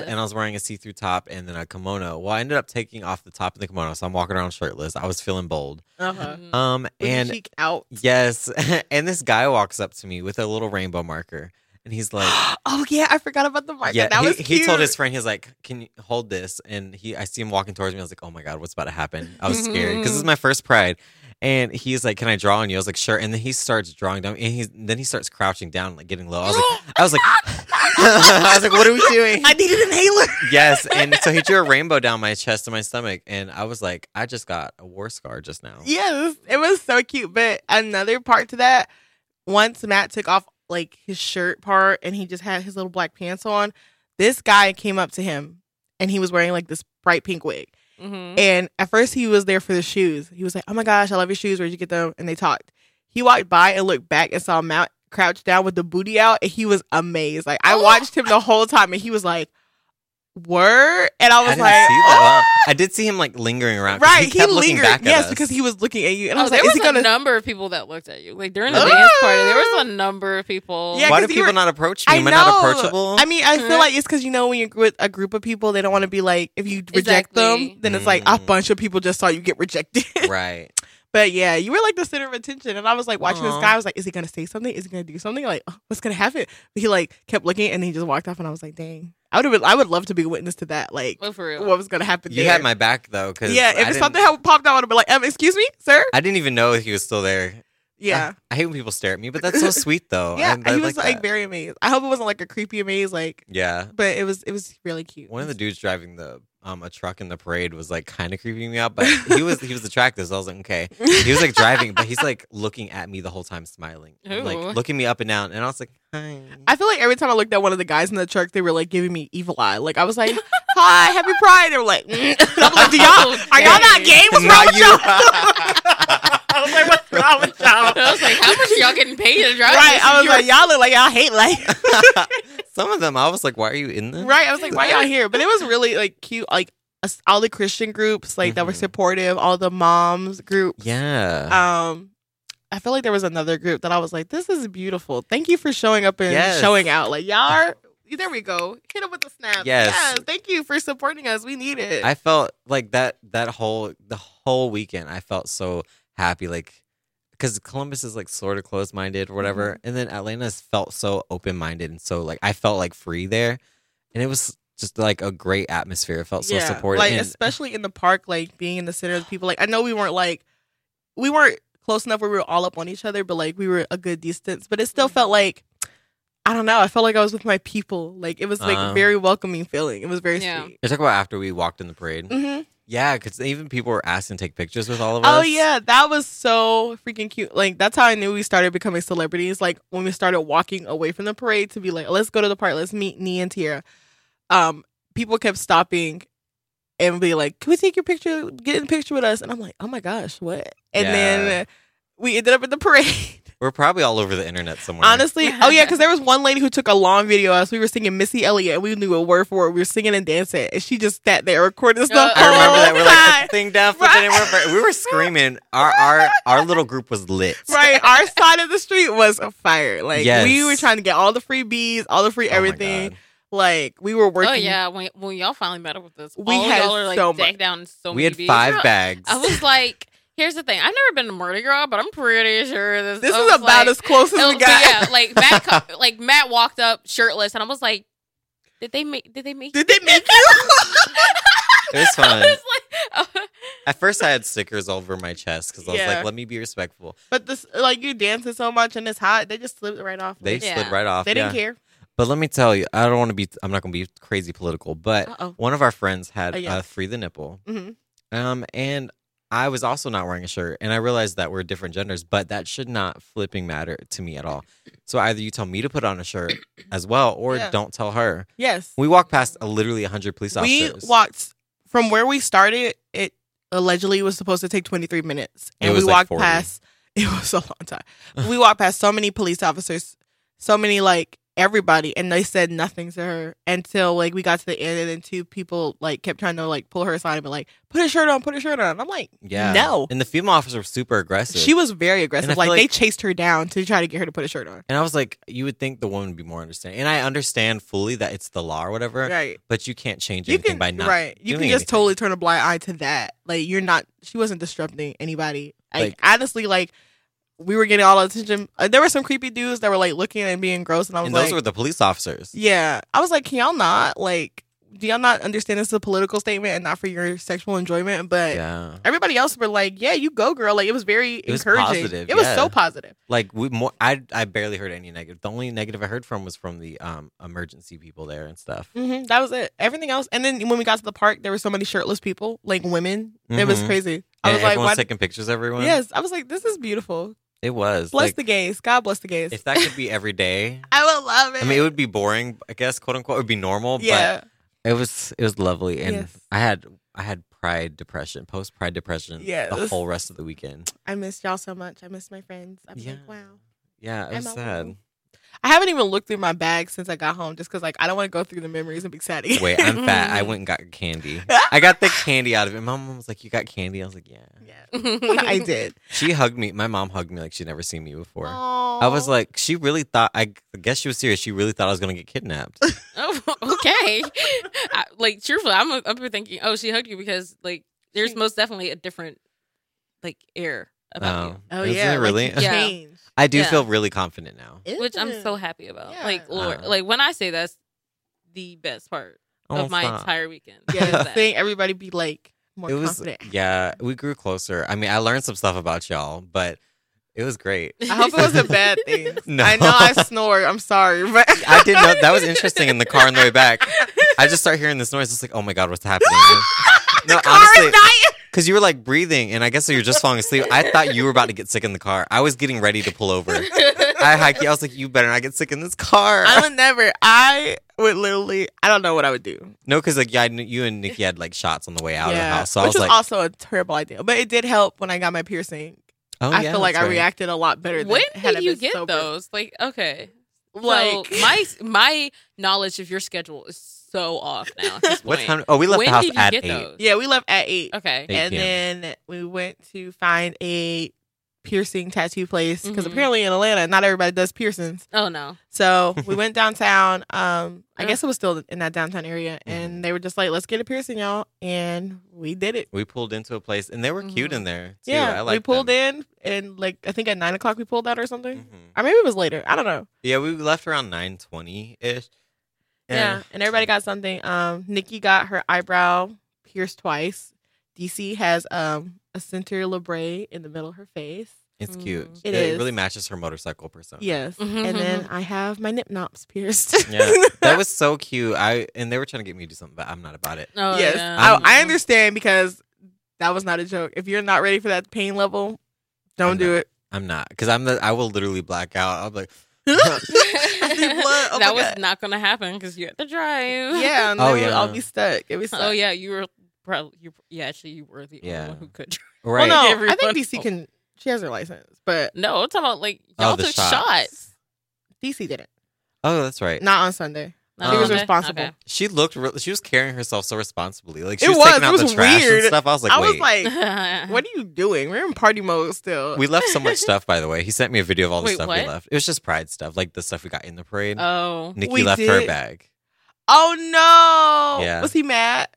D: Yes.
E: and I was wearing a see-through top and then a kimono. Well, I ended up taking off the top of the kimono, so I'm walking around shirtless. I was feeling bold.
C: Uh-huh.
D: Mm.
E: Um,
C: With
E: and
C: the cheek out.
E: yes, and this guy walks up to me with a little rainbow marker, and he's like.
C: oh yeah, I forgot about the market.
E: Yeah,
C: that
E: he,
C: was
E: he told
C: cute.
E: his friend, he was like, "Can you hold this?" And he, I see him walking towards me. I was like, "Oh my god, what's about to happen?" I was scared because this is my first pride. And he's like, "Can I draw on you?" I was like, "Sure." And then he starts drawing down, and he's then he starts crouching down, like getting low. I was like, "I was like, I was like, what are we doing?"
C: I needed an inhaler.
E: yes, and so he drew a rainbow down my chest and my stomach, and I was like, "I just got a war scar just now."
C: Yes, it was so cute. But another part to that, once Matt took off like his shirt part and he just had his little black pants on, this guy came up to him and he was wearing like this bright pink wig.
D: Mhm.
C: And at first he was there for the shoes. He was like, Oh my gosh, I love your shoes. Where'd you get them? And they talked. He walked by and looked back and saw Matt crouched down with the booty out and he was amazed. Like
D: Oh.
C: I watched him the whole time and he was like, Word? And I
E: I
C: was
E: didn't
C: like,
E: see that.
C: "Oh."
E: I did see him like lingering around. 'cause
C: Right,
E: he, kept looking back at
C: yes,
E: us.
C: because he was looking at you, and I
D: Oh,
C: was
D: there
C: like, "Is
D: was
C: he gonna?"
D: a number of people that looked at you. Like during the
C: Ah!
D: dance party, there was a number of people.
C: Yeah,
E: Why
C: 'cause
E: do
C: you
E: people
C: were-
E: not approach me?
C: I
E: Am I not
C: know.
E: approachable?
C: I mean, I feel
D: Mhm.
C: like it's because you know when you're with a group of people, they don't want to be like if you reject
D: Exactly.
C: them, then it's like a
E: Mm.
C: bunch of people just saw you get rejected.
E: right.
C: But yeah, you were like the center of attention, and I was like watching
E: Aw.
C: this guy. I was like, "Is he gonna say something? Is he gonna do something? Like, oh, what's gonna happen?" He like kept looking, and he just walked off, and I was like, "Dang, I would have. Been, I would love to be witness to that. Like,
D: Well, for real.
C: what was gonna happen?"
E: You
C: there.
E: had my back though, because
C: yeah.
E: I
C: If
E: didn't-
C: something had popped out, I would have been like, um, "Excuse me, sir."
E: I didn't even know he was still there.
C: Yeah,
E: I, I hate when people stare at me, but that's so sweet though.
C: yeah.
E: oh, I, I
C: he was like
E: that.
C: very amazed. I hope it wasn't like a creepy amaze, like,
E: yeah.
C: but it was. It was really cute.
E: One of the dudes driving the um a truck in the parade was like kind of creeping me out, but he was he was attractive, so I was like, okay. He was like driving, but he's like looking at me the whole time, smiling, and,
D: Ooh.
E: like looking me up and down, and I was like, hi.
C: I feel like every time I looked at one of the guys in the truck, they were like giving me evil eye. Like I was like, "Hi, happy Pride." They were like, mm. I'm like, "Do
D: Oh,
C: y'all are y'all not gay? What's wrong
E: Not
C: with
E: you.
C: y'all?" I was like, "What's wrong with y'all?"
D: I was like, how much are y'all getting paid to drive?
C: right.
D: this?
C: I was
D: You're-
C: like, "Y'all look like y'all hate life."
E: Some of them, I was like, why are you in this?
C: right. I was like, "Why y'all here?" But it was really like cute. Like us- all the Christian groups, like that were
E: Mhm.
C: supportive. All the moms groups.
E: Yeah.
C: Um. I feel like there was another group that I was like, "This is beautiful. Thank you for showing up and
E: Yes.
C: showing out." Like y'all, are, there we go. Hit them with the snap.
E: Yes.
C: Thank you for supporting us. We need it.
E: I felt like that that whole the whole weekend I felt so happy like because Columbus is like sort of closed minded or whatever,
C: Mm-hmm.
E: and then Atlanta's felt so open minded and so like I felt like free there, and it was just like a great atmosphere. It felt so supportive.
C: Like
E: and-
C: especially in the park, like being in the center of the people. Like I know we weren't like we weren't close enough where we were all up on each other, but like we were a good distance. But it still felt like I don't know. I felt like I was with my people. Like it was like
E: Uh-huh.
C: a very welcoming feeling. It was very
D: Yeah.
C: sweet.
E: you're talking about after we walked in the parade.
C: hmm
E: Yeah, because even people were asking to take pictures with all of us.
C: Oh yeah, that was so freaking cute. Like that's how I knew we started becoming celebrities. Like when we started walking away from the parade to be like, let's go to the park, let's meet Nia and Tierra. Um, people kept stopping and be like, can we take your picture? Get in the picture with us. And I'm like, oh my gosh, what? And
E: Yeah.
C: then we ended up at the parade.
E: We're probably all over the internet somewhere.
C: Honestly, oh yeah, because there was one lady who took a long video of us. We were singing Missy Elliott, and we knew it word for word. We were singing and dancing, and she just sat there recording us the
D: Uh,
E: I remember that
C: whole
E: we're like
C: time.
E: put the thing down, flip it in, whatever. We were screaming. Our our our little group was lit.
C: right our side of the street was on fire like
E: Yes.
C: we were trying to get all the free bees all the free
E: Oh my
C: everything
E: God.
C: like we were working
D: Oh yeah, when, when y'all finally met up with us,
C: We
D: all
C: had
D: y'all are like
C: so
D: decked
C: much.
D: down in so many
E: we had
D: beads.
E: five
D: I-
E: bags.
D: I was like, here's the thing. I've never been to Murder Girl, but I'm pretty sure this.
C: this
D: I
C: is
D: was
C: about
D: like,
C: as close as
D: it was-
C: we
D: but
C: got
D: Yeah, like Matt, co- like Matt walked up shirtless, and I was like, did they make? Did they make?
C: did they make you
E: it was
D: I
E: fun.
D: was like,
E: At first, I had stickers all over my chest because I was
C: Yeah.
E: like, "Let me be respectful."
C: but this like you dancing so much and it's hot they just slipped right off
E: They
C: Like,
E: slid
D: Yeah.
E: right off.
C: they didn't
E: yeah.
C: care
E: But let me tell you, I don't want to be. I'm not going to be crazy political, but
C: Uh-oh.
E: one of our friends had
C: Oh, yeah.
E: uh, free the nipple,
C: Mhm.
E: um, and I was also not wearing a shirt, and I realized that we're different genders, but that should not flipping matter to me at all. So either you tell me to put on a shirt as well, or
C: Yeah.
E: don't tell her.
C: yes
E: We walked past uh, literally 100 police
C: we
E: officers.
C: walked from where we started it allegedly was supposed to take 23 minutes
E: It
C: and we
E: was, like,
C: walked
E: 40.
C: past it was a long time we walked past so many police officers so many like everybody and they said nothing to her until like we got to the end and then two people like kept trying to like pull her aside and be like put a shirt on put a shirt on i'm like
E: yeah,
C: no
E: and the female officer was super aggressive.
C: she was very aggressive
E: feel
C: like,
E: like-
C: they chased her down to try to get her to put a shirt on
E: And I was like, you would think the woman would be more understanding. And I understand fully that it's the law or whatever,
C: right
E: but you can't change
C: you
E: anything
C: can
E: by not.
C: right you can
E: doing
C: just
E: anything.
C: totally turn a blind eye to that like you're not she wasn't disrupting anybody like,
E: Like-
C: honestly like we were getting all the attention uh, there were some creepy dudes that were like looking and being gross and i was
E: And
C: like
E: those were the police officers.
C: yeah i was like can y'all not like do y'all not understand this is a political statement and not for your sexual enjoyment but
E: Yeah.
C: everybody else were like yeah you go girl like it was very
E: was
C: encouraging
E: positive,
C: it was
E: yeah.
C: so positive
E: Like we more I I barely heard any negative. The only negative I heard from was from the um emergency people there and stuff.
C: hmm that was it everything else and then when we got to the park there were so many shirtless people like women it was
E: Mhm.
C: crazy i
E: and
C: was like
E: everyone's
C: why
E: taking pictures everyone.
C: Yes, I was like, this is beautiful.
E: It was.
C: Bless
E: like,
C: the gays. God bless the gays.
E: if that could be every day.
C: I would love it.
E: I mean, it would be boring, I guess, quote unquote. It would be normal,
C: yeah,
E: but it was it was lovely, and
C: Yes.
E: I had I had pride depression, post pride depression, the
C: Yes.
E: whole rest of the weekend.
C: I missed y'all so much. I missed my friends. I'm
E: Yeah.
C: like, wow.
E: Yeah, it
C: I'm
E: was
C: all
E: sad.
C: alone. I haven't even looked through my bag since I got home, just because like I don't want to go through the memories and be sad. again.
E: Wait, I'm fat. I went and got candy. I got the candy out of it. My mom was like, "You got candy?" I was like, "Yeah."
C: yeah, I
D: I
C: did.
E: She hugged me. My mom hugged me like she'd never seen me before. I was like, she really thought. I guess she was serious. She really thought I was gonna get kidnapped.
D: Oh, okay. I, like truthfully, I'm I'm thinking, oh, she hugged you because like there's most definitely a different like air about you.
C: Oh
E: is
C: yeah,
E: Um, it really?
D: Yeah.
C: Change.
E: I do
D: Yeah.
E: feel really confident now.
D: which I'm so happy about.
C: Yeah.
D: Like, Lord,
E: Wow.
D: like when I say that's the best part
E: Uh-huh. Oh,
D: of my
E: stop.
D: entire weekend. is
C: yeah.
D: that.
C: Seeing everybody be like more
E: It was
C: confident.
E: yeah. We grew closer. I mean, I learned some stuff about y'all, but it was great.
C: I hope it wasn't bad things.
E: No.
C: I know I snored. I'm sorry, but
E: I didn't know that was interesting in the car on the way back. I just start hearing this noise. It's like, oh my god, what's happening? no,
C: car is dying.
E: because you were like breathing, and I guess you're just falling asleep. I thought you were about to get sick in the car. I was getting ready to pull over. I hiked. I was like, you better not get sick in this car.
C: I would never. I would literally. I don't know what I would do.
E: No, because like yeah, I knew you and Nikki had like shots on the way out of the house, so
C: which
E: I was like,
C: also a terrible idea, but it did help when I got my piercing.
E: oh,
C: I
E: yeah,
C: feel like
E: that's
C: I
E: right.
C: reacted a lot better. Than
D: when
C: had I
D: did you
C: been
D: get
C: sober.
D: those? Like, okay,
C: Like
D: so my my knowledge of your schedule is so off now. At this
E: What
D: point.
E: time? Oh, we left
D: when
E: the house
D: did you
E: at
D: get
E: eight.
D: those?
C: yeah, we left at eight,
D: Okay.
E: 8
C: and then we went to find a piercing tattoo place because
D: Mhm.
C: apparently in Atlanta, not everybody does piercings.
D: Oh no.
C: So we went downtown. Um, I
D: Uh.
C: guess it was still in that downtown area,
E: Mm-hmm.
C: and they were just like, "Let's get a piercing, y'all," and we did it.
E: We pulled into a place, and they were cute
D: Mhm.
E: in there.
C: Mm-hmm.
E: Too.
C: yeah,
E: I liked
C: we pulled
E: them.
C: in, and like I think at nine o'clock we pulled out or something,
E: Mhm.
C: or maybe it was later. I don't know.
E: Yeah, we left around nine twenty ish.
C: Yeah, and everybody got something. Um, Nikki got her eyebrow pierced twice. DC has um a center labrae in the middle of her face.
E: It's cute.
D: Mhm.
C: Mm, It is.
E: really matches her motorcycle persona.
C: Yes,
D: Mhm.
C: and then I have my nip nops pierced.
E: Yeah. That was so cute. I and they were trying to get me to do something, but I'm not about it.
D: Oh,
C: yes,
D: yeah.
E: Mm-hmm.
C: I, I understand because that was not a joke. If you're not ready for that pain level, don't
E: I'm
C: do
E: not.
C: it.
E: I'm not because I'm the I will literally black out. I'm like,
C: I see blood. Oh
D: that
C: my
D: was
C: God.
D: not gonna happen because you had to drive.
C: yeah. And
E: Oh,
C: oh yeah,
E: yeah.
C: I'll be stuck. It was
D: Oh yeah, you were probably you. Yeah, actually, you were the
E: Yeah.
D: only one who could. drive.
E: right?
C: Well, no, I
D: Everyone-
C: think DC can. She has her license, but
D: No, I'm talking about like
E: Oh,
D: y'all
E: the
D: took
E: shots.
D: shots.
C: DC didn't.
E: Oh, that's right.
C: Not on Sunday.
D: No,
E: He was
D: okay.
C: responsible.
D: Okay.
E: She looked. Re- she was carrying herself so responsibly. Like
C: It
E: she was,
C: was,
E: taking
C: it
E: out
C: was
E: the trash
C: weird.
E: and stuff. I was like,
C: I
E: wait.
C: was like, "What are you doing? We're in party mode still."
E: we left so much stuff. By the way, he sent me a video of all the
D: Wait,
E: stuff we
D: what?
E: left. It was just pride stuff, like the stuff we got in the parade.
D: Oh,
E: Nikki
C: We
E: left her
C: did.
E: bag.
C: oh no!
E: Yeah.
C: Was he mad?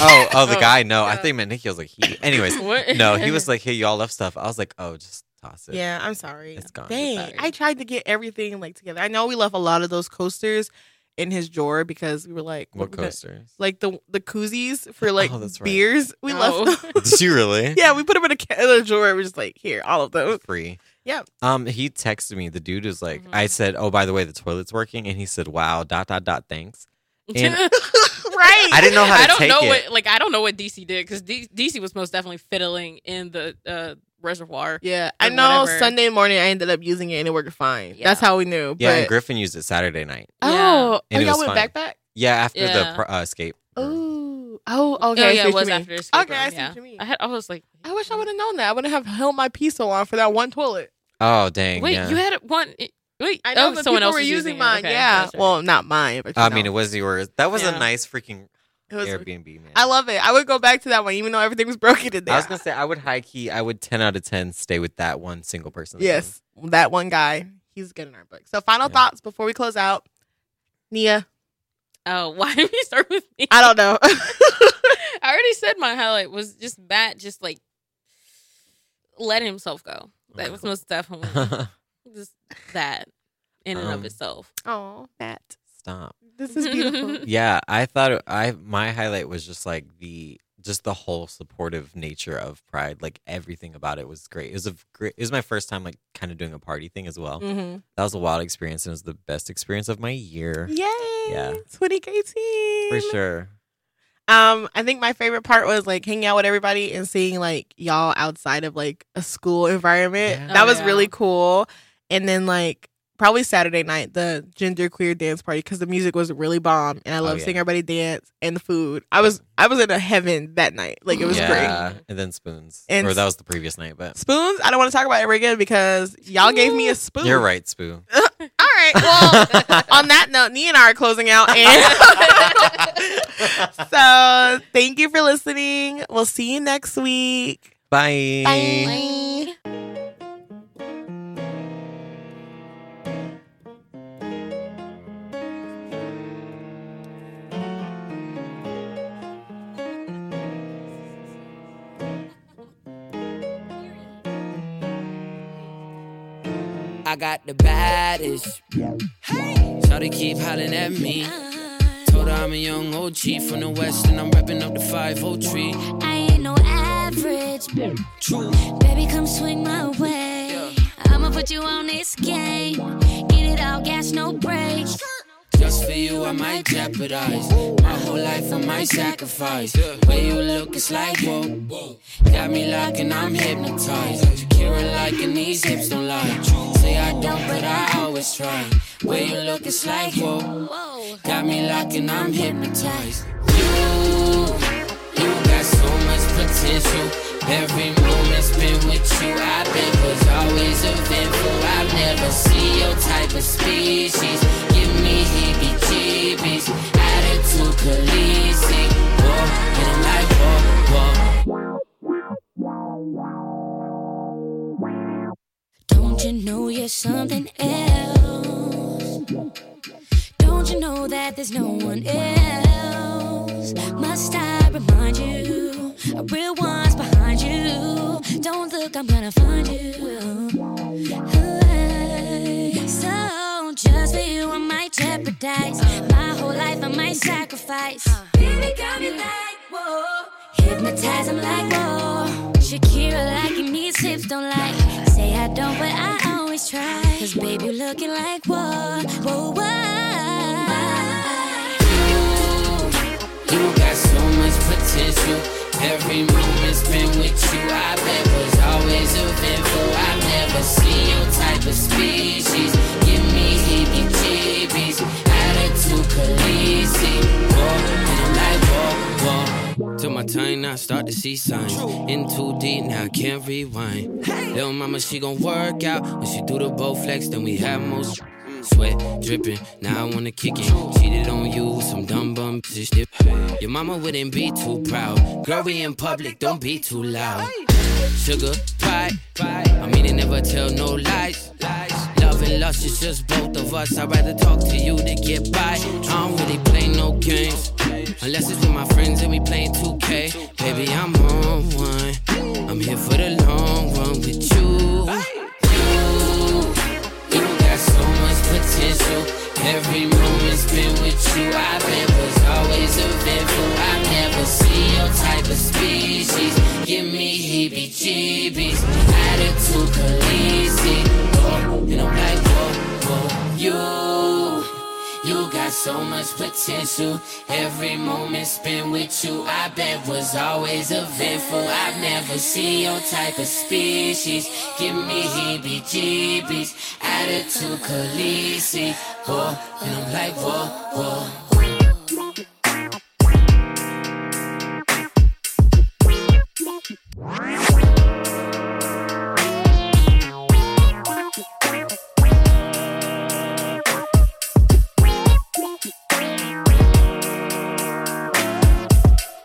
E: Oh, oh, the
D: Oh,
E: guy. No, I
D: yeah.
E: think meant Nikki. I was like, he. Anyways,
D: what?
E: no, he was like, hey, y'all left stuff. I was like, oh, just toss it.
C: Yeah, I'm sorry.
E: It's gone.
C: Dang,
D: Sorry.
C: I tried to get everything like together. I know we left a lot of those coasters in his drawer because we were like,
E: What
C: we gonna-
E: coasters?
C: Like the the koozies for like
E: Oh, that's right.
C: beers. We
D: Oh.
C: left them.
E: Did you really?
C: yeah, we put them in a, ca- in a drawer. We're just like, here, all of
D: Oh.
C: those.
E: Free.
C: Yep.
E: Um, he texted me. The dude was like,
D: Mhm.
E: I said, oh, by the way, the toilet's working, and he said, wow, dot dot dot, thanks. And
C: right.
E: I didn't know how to
D: I don't
E: take
D: know
E: it.
D: what like I don't know what DC did because D- DC was most definitely fiddling in the uh, reservoir.
C: Yeah, I
D: or
C: know.
D: whatever.
C: Sunday morning, I ended up using it and it worked fine.
D: Yeah.
C: That's how we knew.
E: yeah,
C: but,
E: and Griffin used it Saturday night.
C: oh,
E: And
C: oh,
E: it
C: y'all
E: was
C: went
E: fine.
C: backpack.
E: Yeah, after
D: Yeah.
E: the pr- uh, escape.
C: Oh, oh,
D: Oh,
C: okay. I see
D: yeah,
C: what
D: it
C: you
D: was
C: mean.
D: after the escape
C: Okay,
D: room,
C: I see
D: yeah.
C: what you mean.
D: I had I was like,
C: I wish I would have known that. I wouldn't have held my pee so long for that one toilet.
E: Oh dang!
D: Wait,
E: yeah.
D: you had one. Wait,
C: I know,
D: oh,
C: but
D: someone
C: people
D: else
C: were
D: was
C: using
D: it.
C: mine.
D: Okay,
C: yeah,
D: gotcha.
C: well, not mine. But you
E: I mean,
C: know.
E: it was yours. That was a
D: Yeah.
E: nice freaking
C: It was-
E: Airbnb, man.
C: I love it. I would go back to that one, even though everything was broken in there.
E: I was gonna say I would high key. I would ten out of ten stay with that one single person.
C: yes, that one guy. He's good in our book. So, final
E: Yeah.
C: thoughts before we close out. Nia,
D: Oh, why did we start with me?
C: I don't know.
D: I already said my highlight was just Matt just like letting himself go. That was most definitely just that in and
E: Um,
D: of itself.
C: oh, Matt,
E: Stop.
C: this is beautiful.
E: Yeah, I thought it- I my highlight was just like the just the whole supportive nature of Pride. Like everything about it was great. It was a great. It was my first time like kind of doing a party thing as well.
C: mm-hmm.
E: That was a wild experience and it was the best experience of my year
C: Yay!
E: Yeah.
C: 2018.
E: for sure.
C: Um, I think my favorite part was like hanging out with everybody and seeing like y'all outside of like a school environment.
E: Yeah.
C: That
D: Oh,
C: was
D: yeah.
C: really cool. And then like probably Saturday night, the gender queer dance party because the music was really bomb, and I love
E: Oh, yeah.
C: seeing everybody dance and the food. I was I was in a heaven that night. Like it was great.
E: yeah, and then spoons.
C: And
E: or that
C: s-
E: was the previous night, but
C: Spoons. I don't want to talk about it ever again because y'all gave me a spoon.
E: you're right, Spoo.
C: All right. Well, on that note, Nee and I are closing out. And so thank you for listening. We'll see you next week.
E: Bye.
C: Bye.
B: Period.
F: I got the baddest. Shawty keep hollering at me. Told her I'm a young OG from the West and I'm repping up the 503.
A: I ain't no average.
F: True.
A: Baby, come swing my way. I'ma put you on this game. Get it all, gas, no brakes.
F: Just for you, I might jeopardize. My whole life, I might sacrifice. Way you look, it's like, whoa. Got me locked and I'm hypnotized. Shakira like, and these hips don't lie. Say I don't, but I always try. Way you look, it's like, whoa.
A: Whoa.
F: Got me locked and I'm hypnotized. You, you got so much potential. Every moment spent with you, I've been was always eventful. I've never seen your type of species. Give me heebie-jeebies. Attitude Khaleesi. Whoa, and like whoa, whoa.
A: Don't you know you're something else? Don't you know that there's no one else? Must I remind you? A real one's behind you. Don't look, I'm gonna find you. So just for you, I might jeopardize my whole life. I might sacrifice. Baby, got me like whoa, hypnotize. I'm like whoa, Shakira liking these hips don't like. Say I don't, but I always try. Cause baby, you looking like whoa, whoa, whoa.
F: You got so much potential. Every moment spent with you, I bet was always eventful. I've never seen your type of species. Give me heebie-jeebies. Attitude Khaleesi. Whoa, and I'm like, whoa, whoa. Till my time, I start to see signs. In too deep, now I can't rewind. Little mama, she gon' work out. When she do the bow flex, then we have most. Sweat dripping, now I wanna kick it. Cheated on you with some dumb bum bitch. dip. Your mama wouldn't be too proud. Girl, we in public, don't be too loud. Sugar, pride, I mean, they never tell no lies. Love and lust, it's just both of us. I'd rather talk to you to get by. I don't really play no games. Unless it's with my friends and we playing 2K. Baby, I'm on one. I'm here for the long run with you. You. You got so much potential. Every moment spent with you, I've been was always eventful. I've never seen your type of species. Give me heebie-jeebies. Attitude Khaleesi. Oh, and I'm like, whoa, whoa, you. You got so much potential. Every moment spent with you, I bet was always eventful. I've never seen your type of species. Give me heebie-jeebies, attitude Khaleesi. Whoa, and I'm like whoa, whoa.